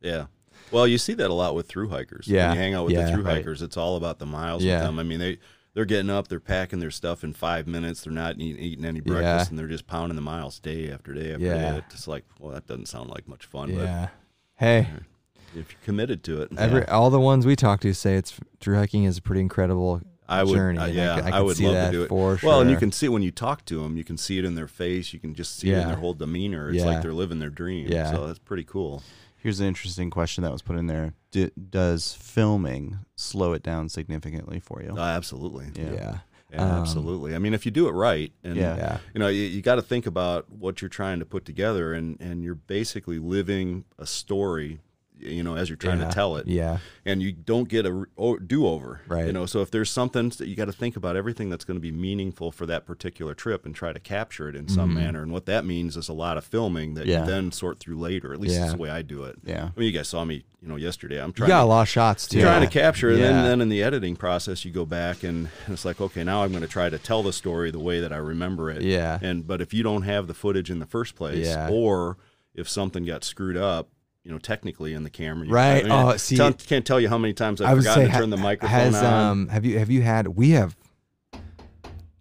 Yeah. Well, you see that a lot with through hikers.
Yeah.
When you hang out with
Yeah.
the through
Right.
hikers, it's all about the miles
Yeah.
with them. I mean, they they're getting up, they're packing their stuff in five minutes. They're not eat, eating any breakfast,
Yeah.
and they're just pounding the miles day after day after
Yeah.
day. It's just like, well, that doesn't sound like much fun.
Yeah. Hey,
But if you're committed to it,
every all the ones we talk to say it's through hiking is a pretty incredible
I would,
journey.
uh,
and
yeah,
c-
I,
can
would
see
love
that
to do it.
for sure.
Well, and you can see it when you talk to them, you can see it in their face. You can just see it
Yeah.
in their whole demeanor. It's
Yeah.
like they're living their dream.
Yeah.
So that's pretty cool.
Here's an interesting question that was put in there. Do, does filming slow it down significantly for you?
Uh, absolutely.
yeah.
yeah,
Yeah,
Um,
absolutely. I mean, if you do it right, and
Yeah.
yeah,
you know you, you got to think about what you're trying to put together and and you're basically living a story you know as you're trying
Yeah.
to tell it
yeah,
and you don't get a do over
Right.
you know so if there's something that you got to think about everything that's going to be meaningful for that particular trip and try to capture it in some
Mm-hmm.
manner and what that means is a lot of filming that
Yeah.
you then sort through later at least
Yeah.
that's the way I do it
Yeah.
I mean you guys saw me you know yesterday I'm
you
trying
got
to
a lot of shots too.
trying to capture and
Yeah.
then, then in the editing process you go back and, and it's like okay now i'm going to try to tell the story the way that i remember it
Yeah.
and but if you don't have the footage in the first place
Yeah.
or if something got screwed up you know, technically in the camera. You-
Right.
I
Oh,
I
see-
tell- can't tell you how many times I've
I would
forgotten
say
to
ha-
turn the microphone
has
on.
um have you have you had we have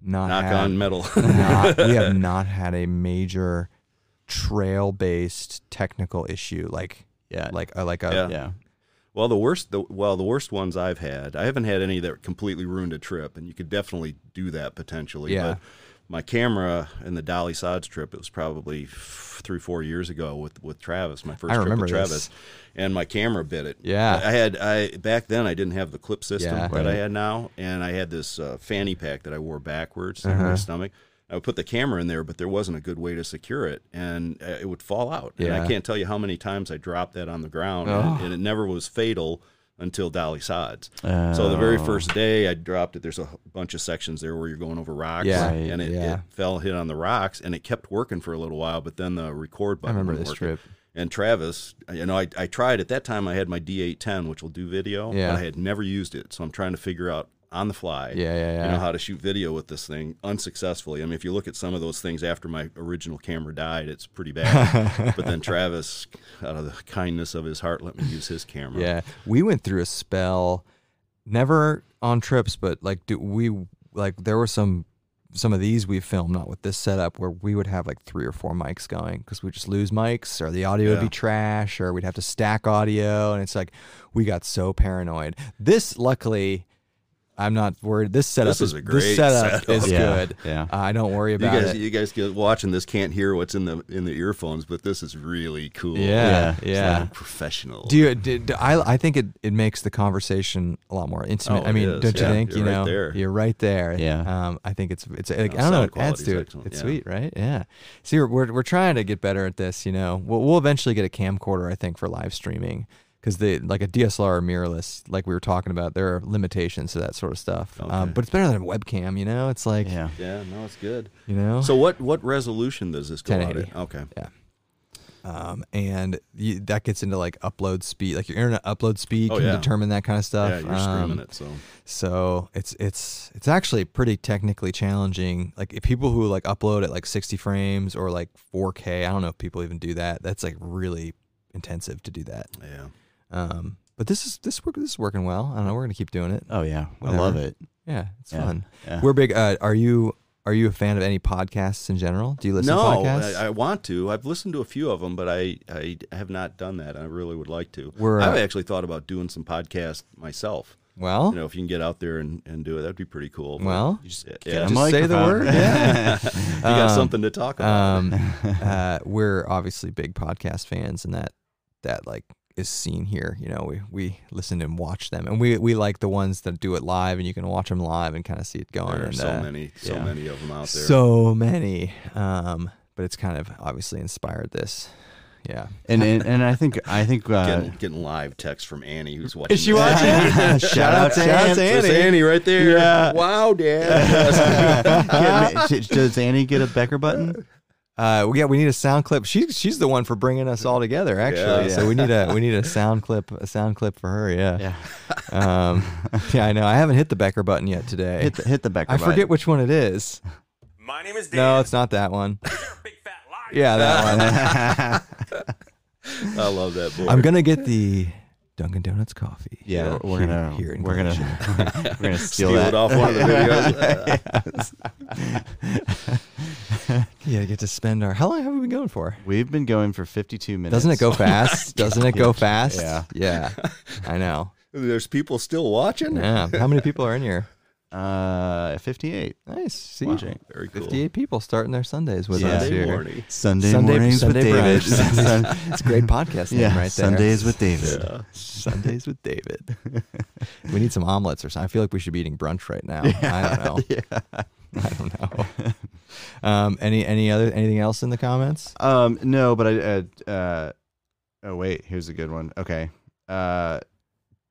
not
knock
had,
on metal.
not, we have not had a major trail based technical issue like
Yeah.
like uh, like a
Yeah.
yeah.
well, the worst. The, well, the worst ones I've had. I haven't had any that completely ruined a trip, and you could definitely do that potentially.
Yeah.
But my camera and the Dolly Sods trip. It was probably f- three, four years ago with with Travis. My first trip
remember
with
this.
Travis, and my camera bit it.
Yeah.
I had I back then I didn't have the clip system
Yeah.
that I had now, and I had this uh, fanny pack that I wore backwards on my
Uh-huh.
stomach. I would put the camera in there, but there wasn't a good way to secure it, and uh, it would fall out. And I
Yeah. Oh.
can't tell you how many times I dropped that on the ground, and, it, and it never was fatal until Dolly Sods. So the
Oh.
very first day I dropped it, there's a bunch of sections there where you're going over rocks,
Yeah.
Right,
and it,
yeah.
it fell hit on the rocks, and it kept working for a little while, but then the record
I
button.
remember
wouldn't
this trip.
work. And Travis, you know, I, I tried at that time. I had my D810, which will do video,
Yeah.
but I had never used it, so I'm trying to figure out on the fly,
Yeah, yeah, yeah.
you know, how to shoot video with this thing unsuccessfully. I mean, if you look at some of those things after my original camera died, it's pretty bad. but then Travis, out of the kindness of his heart, let me use his camera.
Yeah, we went through a spell, never on trips, but like do we like there were some some of these we filmed not with this setup where we would have like three or four mics going because we just lose mics or the audio would
Yeah.
be trash or we'd have to stack audio and it's like we got so paranoid. This luckily. I'm not worried. This setup
This is a great
this setup,
setup.
is
Yeah,
good. Uh,
yeah.
I don't worry
You
about
guys,
it.
you guys get- watching this can't hear what's in the in the earphones, but this is really cool.
yeah, yeah.
It's like a professional.
Do you? Do, do- I? I think it, it makes the conversation a lot more intimate.
Oh,
I mean,
it is,
don't
yeah.
you think?
You're
you
right
know,
there.
you're right there.
Yeah.
Um, I think it's it's like,
No,
I don't know.
sound
It adds
quality's
to it.
excellent,
It's
yeah.
sweet, right? Yeah. See, we're, we're we're trying to get better at this. You know, we'll we'll eventually get a camcorder. I think for live streaming because the like a DSLR or mirrorless, like we were talking about, there are limitations to that sort of stuff. Um,
Okay.
but it's better than a webcam. You know, it's like
Yeah.
yeah, no, it's good.
you know.
So what what resolution does this go out
1080.
at? Okay.
um, and you, that gets into like upload speed, like your internet upload speed
Oh,
can
yeah.
determine that kind of stuff.
Yeah, you're
Um,
streaming it, so
So it's it's it's actually pretty technically challenging. Like if people who like upload at like 60 frames or like 4K, I don't know if people even do that. That's like really intensive to do that.
yeah.
Um, but this is this work this is working well. I don't know. We're gonna keep doing it.
Oh yeah, I love
Whatever.
it.
Yeah, it's
Yeah,
fun.
yeah.
We're big. Uh, are you are you a fan of any podcasts in general? Do you listen
no,
to podcasts?
I, I want to. I've listened to a few of them, but I, I have not done that. I really would like to.
We're,
I've
uh,
actually thought about doing some podcast myself.
well,
You know, if you can get out there and, and do it, that'd be pretty cool. But
well,
you just,
Get
yeah,
a
just-
say the
microphone.
word, yeah.
you got
Um,
something to talk about.
um, uh, we're obviously big podcast fans, and that that like is seen here. You know, we we listen and watch them, and we we like the ones that do it live, and you can watch them live and kind of see it going.
there are
and,
so
uh,
many, so
yeah.
many of them out there.
so many. Um, but it's kind of obviously inspired this. Yeah,
And, and and I think I think uh,
getting, getting live text from Annie, who's watching.
she
this.
watching?
shout out to
Shout out
Ann.
to
There's Annie. right there.
Yeah.
Wow, Dad.
Get- d- Does Annie get a Becker button?
uh, yeah, we need a sound clip. She's she's the one for bringing us all together, actually.
Yeah.
So we need a we need a sound clip a sound clip for her. Yeah,
Yeah,
Um, yeah, I know. I haven't hit the Becker button yet today.
hit the, hit the Becker.
I forget which one it is.
My name is Dan.
No, it's not that one.
Big fat liar.
Yeah, that one.
I love that boy.
I'm gonna get the Dunkin' Donuts coffee.
Yeah,
here-
we're, we're gonna
here in
we're gonna
Goshen.
we're gonna steal,
steal
that.
it off one of the videos.
yeah get to spend our. How long have we been going for?
We've been going for 52 minutes.
Doesn't it go fast? Doesn't it go fast?
Yeah.
yeah. I know.
There's people still watching.
Yeah. How many people are in here?
Uh, 58.
Nice. See,
Very cool.
fifty-eight people starting their Sundays with
Yeah.
us
Sunday
here.
morning.
Sunday,
Sunday-
mornings
Sunday
with David.
brunch.
Sun-
It's a great podcast name
yeah,
right there.
Sundays with David.
Yeah.
Sundays with David. we need some omelets or something. I feel like we should be eating brunch right
Oh,
now. I don't know. I don't know. Um, any any other anything else in the comments?
Um, no, but I. Uh, uh, oh wait, here's a good one. Okay. Uh,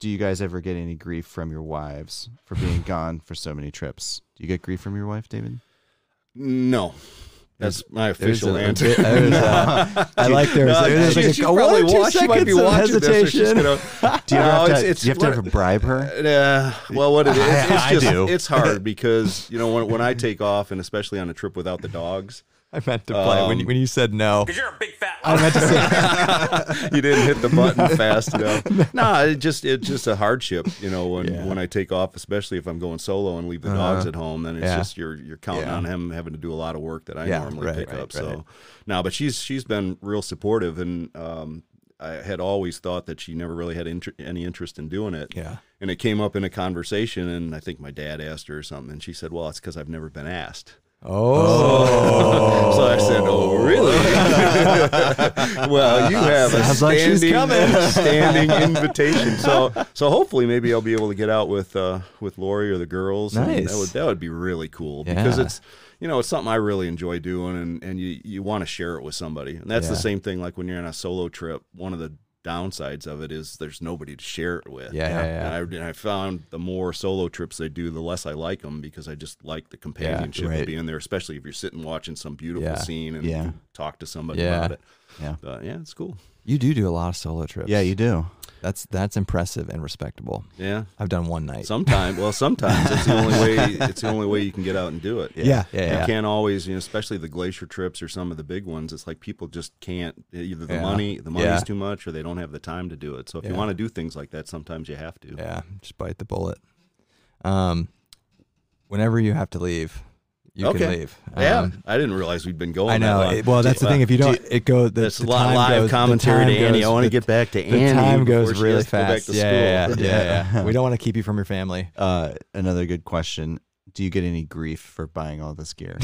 do you guys ever get any grief from your wives for being gone for so many trips? Do you get grief from your wife, David?
No. That's my
There's
official
a-
answer.
a bit- there's a- I like there's,
No,
there's
she-
like
she
a, a
probably
one or two
wa- she might
seconds
be
of
watching this, so she's
hesitation.
gonna-
Do you
No,
ever have
it's-
to,
it's
do you have to
what-
ever bribe her?
Uh, well, what it is, it's
I
just
do.
it's hard because you know when when I take off and especially on a trip without the dogs,
I meant to play when you,
Um,
when you said no.
Because you're a big fat
I
liar.
meant to say
you didn't hit the button fast enough. No, it just it's just a hardship, you know, when
Yeah.
when I take off, especially if I'm going solo and leave the
Uh-huh.
dogs at home, then it's
Yeah.
just you're you're counting
Yeah.
on him having to do a lot of work that I
Yeah,
normally
right,
pick
right,
up.
right.
So no, but she's she's been real supportive and um I had always thought that she never really had inter- any interest in doing it.
yeah.
And it came up in a conversation, and I think my dad asked her or something, and she said, Well, it's because I've never been asked.
Oh.
So I said, "Oh, really? well, you have a
Sounds
standing,
like she's coming.
standing invitation. So, so hopefully, maybe I'll be able to get out with uh, with Lori or the girls. and
Nice.
That would that would be really cool because
Yeah.
it's you know it's something I really enjoy doing, and and you you want to share it with somebody, and that's the
Yeah.
same thing. Like when you're on a solo trip, one of the downsides of it is there's nobody to share it with.
Yeah, yeah, yeah.
And I, and I found the more solo trips I do, the less I like them because I just like the companionship
right.
of being there, especially if you're sitting watching some beautiful
Yeah.
scene and
Yeah.
you talk to somebody
Yeah.
about it.
Yeah.
But yeah, it's cool.
You do do a lot of solo trips.
Yeah, you do.
That's that's impressive and respectable.
Yeah.
I've done one night.
Sometimes, well, sometimes it's the only way. It's the only way you can get out and do it.
yeah, yeah,
You
yeah.
can't always, you know, especially the glacier trips or some of the big ones. It's like people just can't. Either the
Yeah.
money, the money's
Yeah.
too much, or they don't have the time to do it. So if you
Yeah.
want to do things like that, sometimes you have to.
Yeah, just bite the bullet. Um, whenever you have to leave, you can
Okay.
leave.
Yeah,
Um,
I didn't realize we'd been going.
I know.
That long.
It- well, that's the thing. If you don't, it goes. The,
That's
the
a lot
time
of live
goes, the
commentary
time
to Annie.
goes-
I want to
the-
get back to
The
Annie.
time
before
goes
she
really
has to go back
fast.
to
Yeah, yeah, yeah,
school.
yeah, yeah. we don't want to keep you from your family.
Uh, another good question. Do you get any grief for buying all this gear?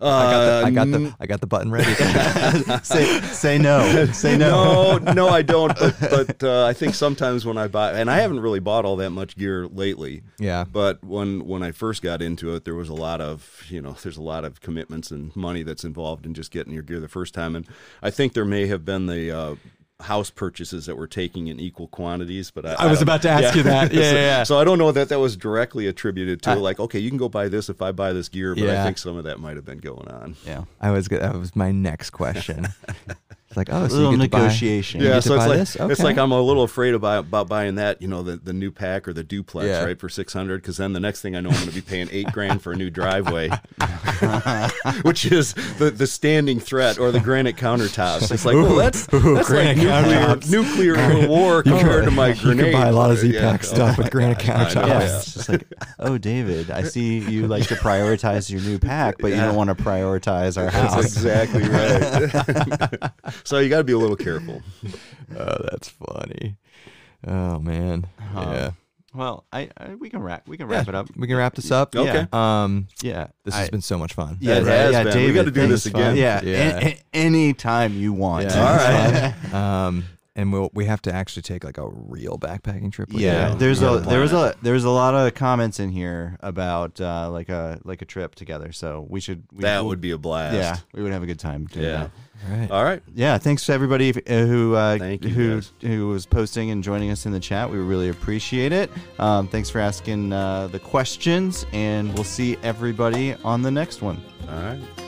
I got the, I got
Uh,
the, I got the button ready.
say, say no. Say no.
no, no, I don't. But, but uh, I think sometimes when I buy, and I haven't really bought all that much gear lately.
yeah,
But when when I first got into it, there was a lot of you know, there's a lot of commitments and money that's involved in just getting your gear the first time. And I think there may have been the uh, house purchases that were taking in equal quantities. But I,
I was
don't-
about to ask you that. Yeah,
so,
yeah, yeah.
so I don't know that that was directly attributed to like, okay, you can go buy this if I buy this gear. But
Yeah.
I think some of that might have been going on.
Yeah.
I was. go- That was my next question. it's like, oh, so
Little
you get to buy-
negotiation.
you
Yeah,
get to
so it's
buy
like
this?
it's
Okay.
like I'm a little afraid about about buying that, you know, the, the new pack or the duplex,
Yeah.
right, for six hundred. Because then the next thing I know, I'm going to be paying eight grand for a new driveway, which is the the standing threat or the granite countertops. It's like, well, that's that's like
granite
nuclear,
countertops.
nuclear war
You
compared to my
you
grenade.
can buy a lot of
Yeah,
Z Pack
no.
stuff with granite countertops.
Yeah, it's just like, oh, David, I see you like to prioritize your new pack, but you don't want to prioritize our
That's
house.
exactly right. so you got to be a little careful.
Oh, that's funny. Oh man.
Uh-huh.
Yeah.
Well, I, I we can wrap we can wrap it up.
We can wrap this up.
Okay.
Yeah. Um,
Yeah,
this has
I-
been so much fun.
yeah,
It
yeah,
has
yeah,
been. We
David.
gotta do
thanks.
this again.
Yeah,
Yeah.
a- a- anytime you want.
Yeah.
All right.
Um, and we'll we have to actually take like a real backpacking trip. With
Yeah,
Yeah.
you.
there's
Yeah.
a there was a there was a lot of comments in here about uh, like a like a trip together. So we should we,
That would be a blast.
yeah we would have a good time. Doing
Yeah.
that.
All right.
All right.
yeah. Thanks to everybody uh, who uh,
Thank you,
who
guys.
who was posting and joining us in the chat. We really appreciate it. Um, thanks for asking uh, the questions, and we'll see everybody on the next one.
All right.